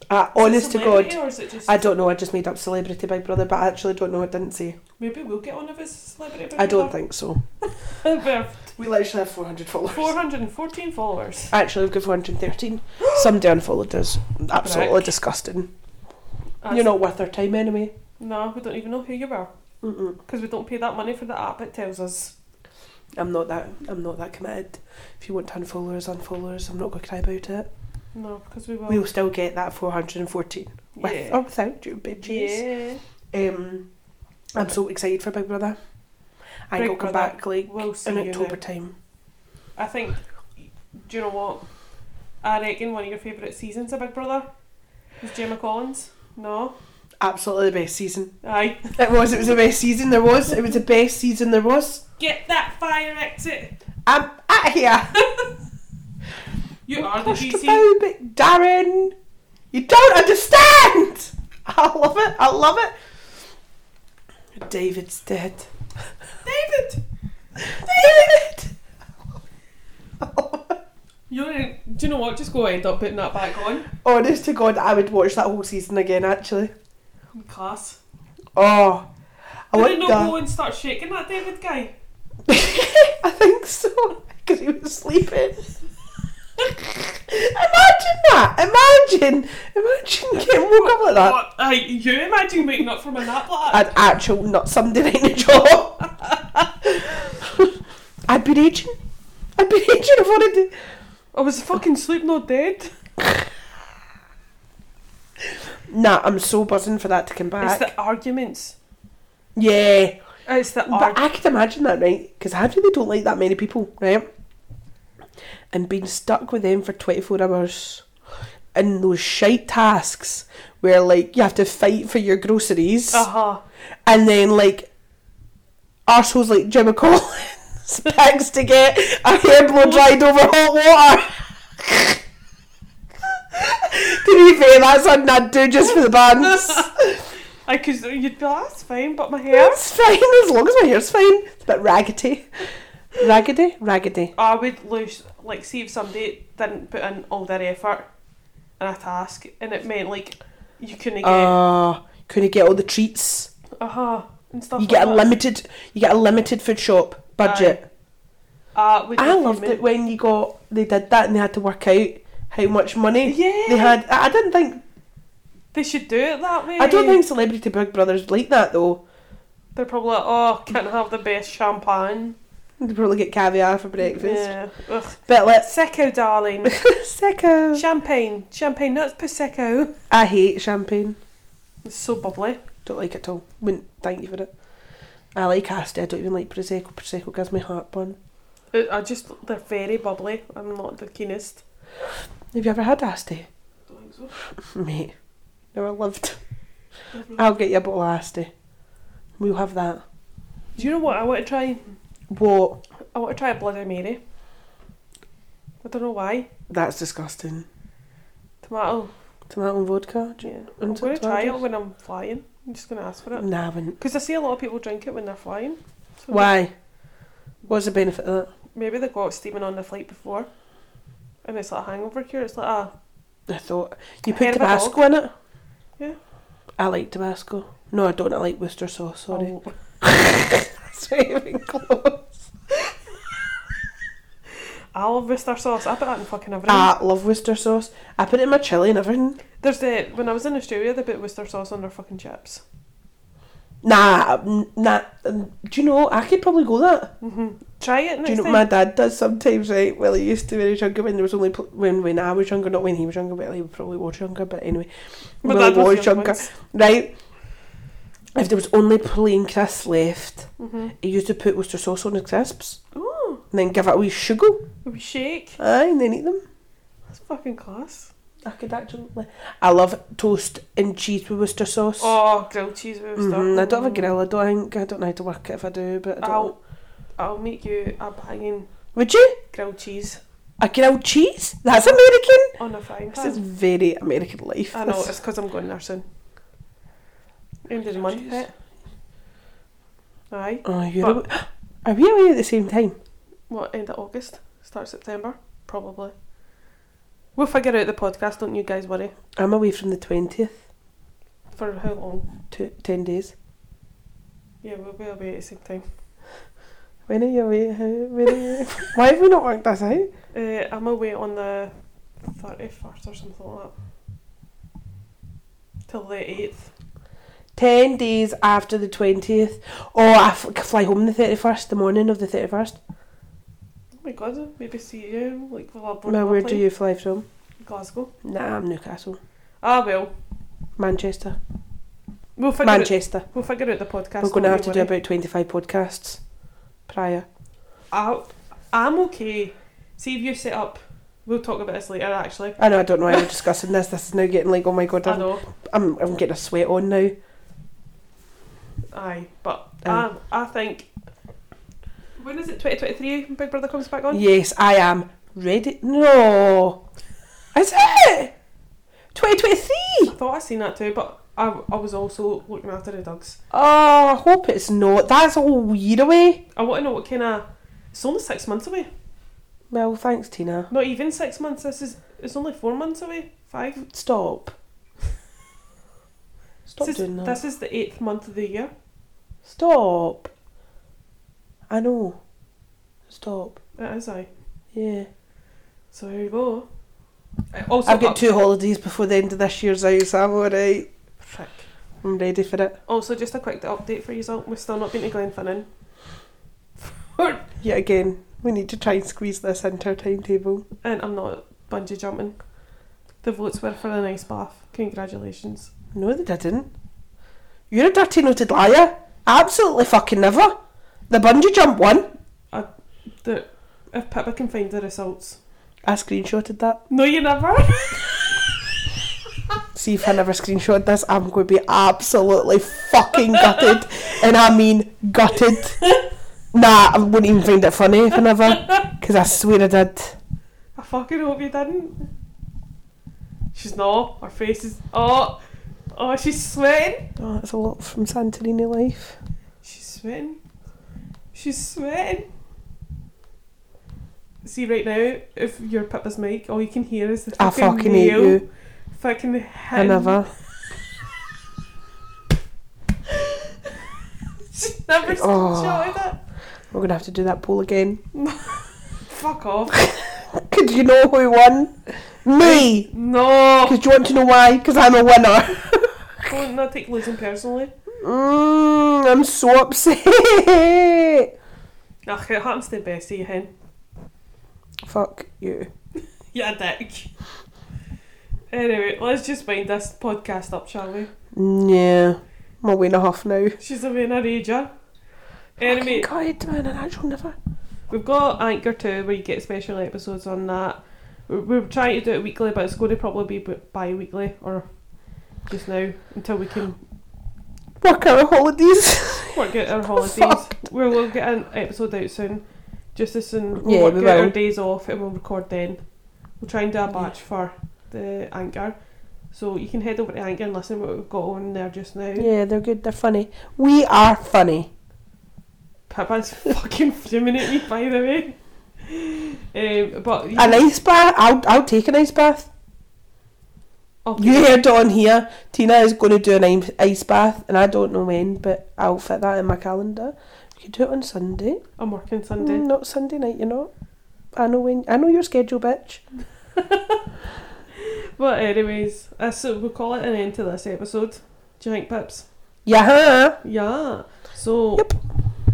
Speaker 2: I, honest to God.
Speaker 1: Celebrity or is it just-
Speaker 2: I don't know, I just made up Celebrity Big Brother, but I actually don't know, I didn't see.
Speaker 1: Maybe we'll get one of his celebrity. Big
Speaker 2: I don't
Speaker 1: Brother.
Speaker 2: think so.
Speaker 1: We're
Speaker 2: We literally have 400 followers.
Speaker 1: 414 followers.
Speaker 2: Actually, we've got 413. Somebody unfollowed us. Absolutely
Speaker 1: Prick.
Speaker 2: disgusting.
Speaker 1: That's-
Speaker 2: You're not worth our time anyway.
Speaker 1: No, we don't even know who you are
Speaker 2: Mm-mm.
Speaker 1: because we don't pay that money for the app. It tells us.
Speaker 2: I'm not that. I'm not that committed. If you want to unfollow us, unfollow us. I'm not going to cry about it.
Speaker 1: No, because we will.
Speaker 2: We'll still get that 414 with
Speaker 1: yeah.
Speaker 2: or without you, bitches.
Speaker 1: yeah.
Speaker 2: Um, I'm so excited for Big Brother. I
Speaker 1: Big
Speaker 2: think I'll come
Speaker 1: Brother
Speaker 2: back like
Speaker 1: will see
Speaker 2: in
Speaker 1: you
Speaker 2: October
Speaker 1: there.
Speaker 2: time.
Speaker 1: I think. Do you know what? I reckon one of your favourite seasons of Big Brother was Gemma Collins. No?
Speaker 2: Absolutely the best season.
Speaker 1: Aye.
Speaker 2: It was. It was the best season there was. It was the best season there was.
Speaker 1: Get that fire exit!
Speaker 2: I'm out here.
Speaker 1: You are the GC.
Speaker 2: Claustrophobic, Darren. You don't understand. I love it. I love it. David's dead.
Speaker 1: David!
Speaker 2: David.
Speaker 1: You're in, do you know what? Just go end up putting that back on.
Speaker 2: Honest Oh, to God, I would watch that whole season again. Actually.
Speaker 1: Class.
Speaker 2: Oh, I
Speaker 1: I
Speaker 2: want
Speaker 1: wouldn't not
Speaker 2: that.
Speaker 1: go and start shaking that David guy.
Speaker 2: I think so because he was sleeping. imagine that. Imagine. Imagine getting woke up like that.
Speaker 1: What? Aye, you imagine waking up from a nap like that?
Speaker 2: An actual not Sunday night in a job. I'd been aging. I'd been aging. I've already.
Speaker 1: I was fucking sleep not dead.
Speaker 2: Nah, I'm so buzzing for that to come back.
Speaker 1: It's the arguments.
Speaker 2: yeah,
Speaker 1: It's the
Speaker 2: but
Speaker 1: arguments.
Speaker 2: I could imagine that, right? Because I really don't like that many people, right? And being stuck with them for 24 hours in those shite tasks where, like, you have to fight for your groceries.
Speaker 1: Uh huh.
Speaker 2: and then like arseholes like Jim Collins picks to get a hair blow dried over hot water. to be fair, that's something I'd do just for the bands.
Speaker 1: I cause you'd be like, that's fine, but my hair.
Speaker 2: It's fine as long as my hair's fine. It's a bit raggedy, raggedy, raggedy.
Speaker 1: I would lose like see if somebody didn't put in all their effort in a task, and it meant like you couldn't get uh
Speaker 2: Uh, couldn't get all the treats.
Speaker 1: huh and stuff.
Speaker 2: You
Speaker 1: like
Speaker 2: get a
Speaker 1: that.
Speaker 2: limited, you get a limited food shop budget.
Speaker 1: Uh, would
Speaker 2: I
Speaker 1: you
Speaker 2: loved
Speaker 1: mean-
Speaker 2: it when you got they did that and they had to work out how much money
Speaker 1: Yeah,
Speaker 2: they had. I I didn't think
Speaker 1: They should do it that way.
Speaker 2: I don't think Celebrity Big Brother's like that though.
Speaker 1: they're probably like, oh, can't have the best champagne.
Speaker 2: They probably get caviar for breakfast.
Speaker 1: Yeah. Ugh.
Speaker 2: But let's
Speaker 1: Prosecco, darling.
Speaker 2: sicko.
Speaker 1: champagne, champagne, not prosecco.
Speaker 2: I hate champagne.
Speaker 1: It's so bubbly.
Speaker 2: Don't like it at all. Wouldn't thank you for it. I like Asti. I don't even like prosecco. Prosecco gives me heartburn.
Speaker 1: I I just they're very bubbly. I'm not the keenest.
Speaker 2: Have you ever had Asti,
Speaker 3: Don't think so.
Speaker 2: mate? Never lived.
Speaker 3: Never.
Speaker 2: I'll get you a bottle of Asti. We'll have that.
Speaker 1: Do you know what I want to try?
Speaker 2: What?
Speaker 1: I want to try a Bloody Mary. I don't know why.
Speaker 2: That's disgusting.
Speaker 1: Tomato.
Speaker 2: Tomato and vodka.
Speaker 1: Yeah. I'm
Speaker 2: Isn't
Speaker 1: going
Speaker 2: it
Speaker 1: to try it
Speaker 2: delicious?
Speaker 1: when I'm flying. I'm just going to ask for it.
Speaker 2: Nah, I wouldn't.
Speaker 1: Because I see a lot of people drink it when they're flying. So
Speaker 2: Why? What's the benefit of
Speaker 1: Maybe they got steaming on the flight before. And it's like a hangover cure. It's like a.
Speaker 2: that? I thought you
Speaker 1: Head
Speaker 2: put
Speaker 1: of a dog.
Speaker 2: Tabasco in it.
Speaker 1: Yeah.
Speaker 2: I like Tabasco. No, I don't. I like Worcester sauce. Sorry.
Speaker 1: Oh.
Speaker 2: It's not even close.
Speaker 1: I love Worcester sauce. I put that in fucking everything.
Speaker 2: I love Worcester sauce. I put it in my chili and everything.
Speaker 1: There's the. When I was in Australia, they put Worcester sauce on their fucking chips.
Speaker 2: Nah, um, nah. um, Do you know? I could probably go that.
Speaker 1: hmm Try it next
Speaker 2: do you know
Speaker 1: time.
Speaker 2: what my dad does sometimes? Right? Well, he used to when he was younger. When there was only pl- when when I was younger, not when he was younger. Well, he probably was younger, but anyway,
Speaker 1: My
Speaker 2: when
Speaker 1: dad
Speaker 2: he was
Speaker 1: was young
Speaker 2: younger,
Speaker 1: once.
Speaker 2: right? If there was only plain crisps left,
Speaker 1: Mhm.
Speaker 2: he used to put Worcester sauce on the crisps
Speaker 1: Ooh,
Speaker 2: and then give it a wee sugar,
Speaker 1: we shake.
Speaker 2: aye, and then eat them.
Speaker 1: That's fucking class.
Speaker 2: I could actually. I love toast and cheese with Worcester sauce.
Speaker 1: Oh, grilled cheese with Worcester. Mm-hmm.
Speaker 2: Mhm, I don't have a grill. I don't think I don't know how to work it if I do, but I don't.
Speaker 1: I'll, I'll make you a banging
Speaker 2: Would you?
Speaker 1: grilled cheese
Speaker 2: A grilled cheese? That's American.
Speaker 1: on a frying
Speaker 2: This is
Speaker 1: pan.
Speaker 2: very American life.
Speaker 1: I know,
Speaker 2: This-
Speaker 1: it's because I'm going there soon. End of the month,
Speaker 2: Cheese.
Speaker 1: pet. Aye.
Speaker 2: Oh, you're
Speaker 1: But-
Speaker 2: aw- Are we away at the same time?
Speaker 1: What, end of August? Start September? Probably. We'll figure out the podcast, don't you guys worry.
Speaker 2: I'm away from the twentieth
Speaker 1: For how long?
Speaker 2: to ten days.
Speaker 1: Yeah, we'll be away at the same time.
Speaker 2: When are you away? How? When are you... Why have we not worked this out?
Speaker 1: Uh, I'm away on the 31st or something like that. Till the 8th.
Speaker 2: Ten days after the twentieth. Oh, I f- fly home the thirty first. The morning of the thirty first.
Speaker 1: Oh my god, maybe see you. Like, we'll have
Speaker 2: Now, where do you fly from?
Speaker 1: Glasgow.
Speaker 2: Nah, I'm Newcastle,
Speaker 1: Ah, well.
Speaker 2: Manchester,
Speaker 1: We'll figure, out,
Speaker 2: Manchester.
Speaker 1: we'll figure out the podcast.
Speaker 2: We're going to
Speaker 1: don't
Speaker 2: have
Speaker 1: you
Speaker 2: to do
Speaker 1: worry.
Speaker 2: about 25 podcasts prior.
Speaker 1: I, I'm okay. See if you set up We'll talk about this later, actually.
Speaker 2: I know I don't know why we're discussing this. This is now getting like, oh my god,
Speaker 1: I
Speaker 2: I'm,
Speaker 1: know.
Speaker 2: I'm, I'm getting a sweat on now.
Speaker 1: Aye, but
Speaker 2: Aye.
Speaker 1: I, I think. When is it? 2023 when Big Brother comes back on?
Speaker 2: Yes, I am ready. No, is it 2023?
Speaker 1: I thought I seen that too, but I, I was also looking after the dogs.
Speaker 2: Oh, I hope it's not. That's a whole year away.
Speaker 1: I want to know what kind of. It's only six months away.
Speaker 2: Well, thanks, Tina.
Speaker 1: Not even six months. This is. It's only four months away. Five.
Speaker 2: Stop. Stop
Speaker 1: this is,
Speaker 2: doing that.
Speaker 1: This is the eighth month of the year.
Speaker 2: Stop. I know. Stop.
Speaker 1: It is, aye.
Speaker 2: Yeah.
Speaker 1: So here we go. I Also,
Speaker 2: I've got
Speaker 1: up-
Speaker 2: two holidays before the end of this year's out, so I'm alright.
Speaker 1: Frick.
Speaker 2: I'm ready for it.
Speaker 1: Also, just a quick update for you all. We've still not been to Glenfinnan. and
Speaker 2: Yet again, we need to try and squeeze this into our timetable.
Speaker 1: I'm not bungee jumping. The votes were for a nice bath. Congratulations.
Speaker 2: No, they didn't. You're a dirty noted liar. Absolutely fucking never. The bungee jump one.
Speaker 1: The, if Pippa can find the results.
Speaker 2: I screenshotted that.
Speaker 1: No, you never.
Speaker 2: See if I never screenshot this, I'm going to be absolutely fucking gutted. And I mean gutted. Nah, I wouldn't even find it funny if I never. Because I swear I did.
Speaker 1: I fucking hope you didn't. She's not. Her face is. Oh, oh, she's sweating.
Speaker 2: Oh, that's a lot from Santorini life.
Speaker 1: She's sweating. She's sweating. See right now, if you're Pippa's mic, all you can hear is the
Speaker 2: I
Speaker 1: fucking,
Speaker 2: fucking hate
Speaker 1: nail.
Speaker 2: you.
Speaker 1: Fucking
Speaker 2: I
Speaker 1: hen.
Speaker 2: never.
Speaker 1: She's never
Speaker 2: Oh.
Speaker 1: shouted it.
Speaker 2: We're going to have to do that poll again.
Speaker 1: Fuck off.
Speaker 2: Could you know who won? Me!
Speaker 1: No.
Speaker 2: Because do you want to know why? Because I'm a winner.
Speaker 1: Don't not take losing personally.
Speaker 2: Mm, I'm so upset.
Speaker 1: Ugh, it happens to the best of you, hen.
Speaker 2: Fuck you.
Speaker 1: Yeah, dick. Anyway, let's just wind this podcast up, shall we?
Speaker 2: Yeah. I'm a winner half now.
Speaker 1: She's a winner rager.
Speaker 2: Fucking
Speaker 1: Anyway,
Speaker 2: God, man, an actual never.
Speaker 1: We've got Anchor too, where you get special episodes on that. We're, we're trying to do it weekly, but it's going to probably be bi weekly or just now until we can
Speaker 2: Work out holidays.
Speaker 1: work out our holidays.
Speaker 2: Fuck.
Speaker 1: We'll, we'll get an episode out soon, just as soon. We'll
Speaker 2: Yeah,
Speaker 1: work
Speaker 2: we
Speaker 1: out our
Speaker 2: will.
Speaker 1: days off and we'll record then. We'll try and do a batch for the Anchor. So you can head over to Anchor and listen what we've got on there just now.
Speaker 2: yeah, they're good. They're funny. We are funny.
Speaker 1: Pippa's fucking fuming at me, by the way. Um, but
Speaker 2: An ice bath. I'll, I'll take an ice bath.
Speaker 1: Oh, Okay.
Speaker 2: You heard it on here. Tina is going to do an im- ice bath, and I don't know when, but I'll fit that in my calendar. We could do it on Sunday.
Speaker 1: I'm working Sunday.
Speaker 2: Mm, not Sunday night, you know. I know when. I know your schedule, bitch.
Speaker 1: But anyways, uh, so we'll call it an end to this episode. Do you think, Pips?
Speaker 2: Yeah.
Speaker 1: Yeah. So,
Speaker 2: Yep.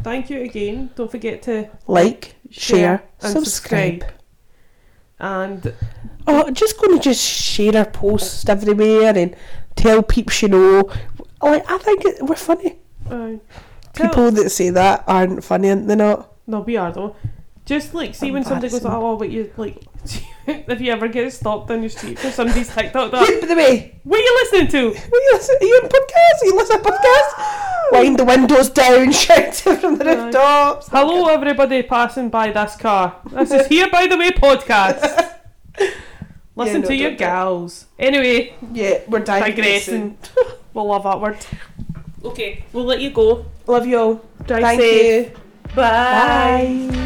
Speaker 1: thank you again. Don't forget to
Speaker 2: Like, share,
Speaker 1: and
Speaker 2: subscribe.
Speaker 1: subscribe. And
Speaker 2: Oh, just going to just share our posts everywhere and tell peeps you know. Like, I think it, we're funny.
Speaker 1: uh, tell-
Speaker 2: People that say that aren't funny, aren't they not?
Speaker 1: No, we are though. Just like see when somebody goes,
Speaker 2: Embarrassing.
Speaker 1: oh, but you like, if you ever get stopped on your street for somebody's TikTok, that
Speaker 2: Yeah, by the way,
Speaker 1: what are you listening to?
Speaker 2: are you, listen, are you on podcast? Are you listen to podcast? Wind the windows down, shouting from the
Speaker 1: Aye.
Speaker 2: rooftops.
Speaker 1: Hello, everybody passing by this car. This is here by the way podcast. Listen
Speaker 2: no,
Speaker 1: to your
Speaker 2: don't do it.
Speaker 1: gals. Anyway.
Speaker 2: Yeah, we're digressing.
Speaker 1: digressing. we'll love that word. Okay, we'll let you go.
Speaker 2: Love you all.
Speaker 1: Drive
Speaker 2: Thank
Speaker 1: safe.
Speaker 2: you. Bye.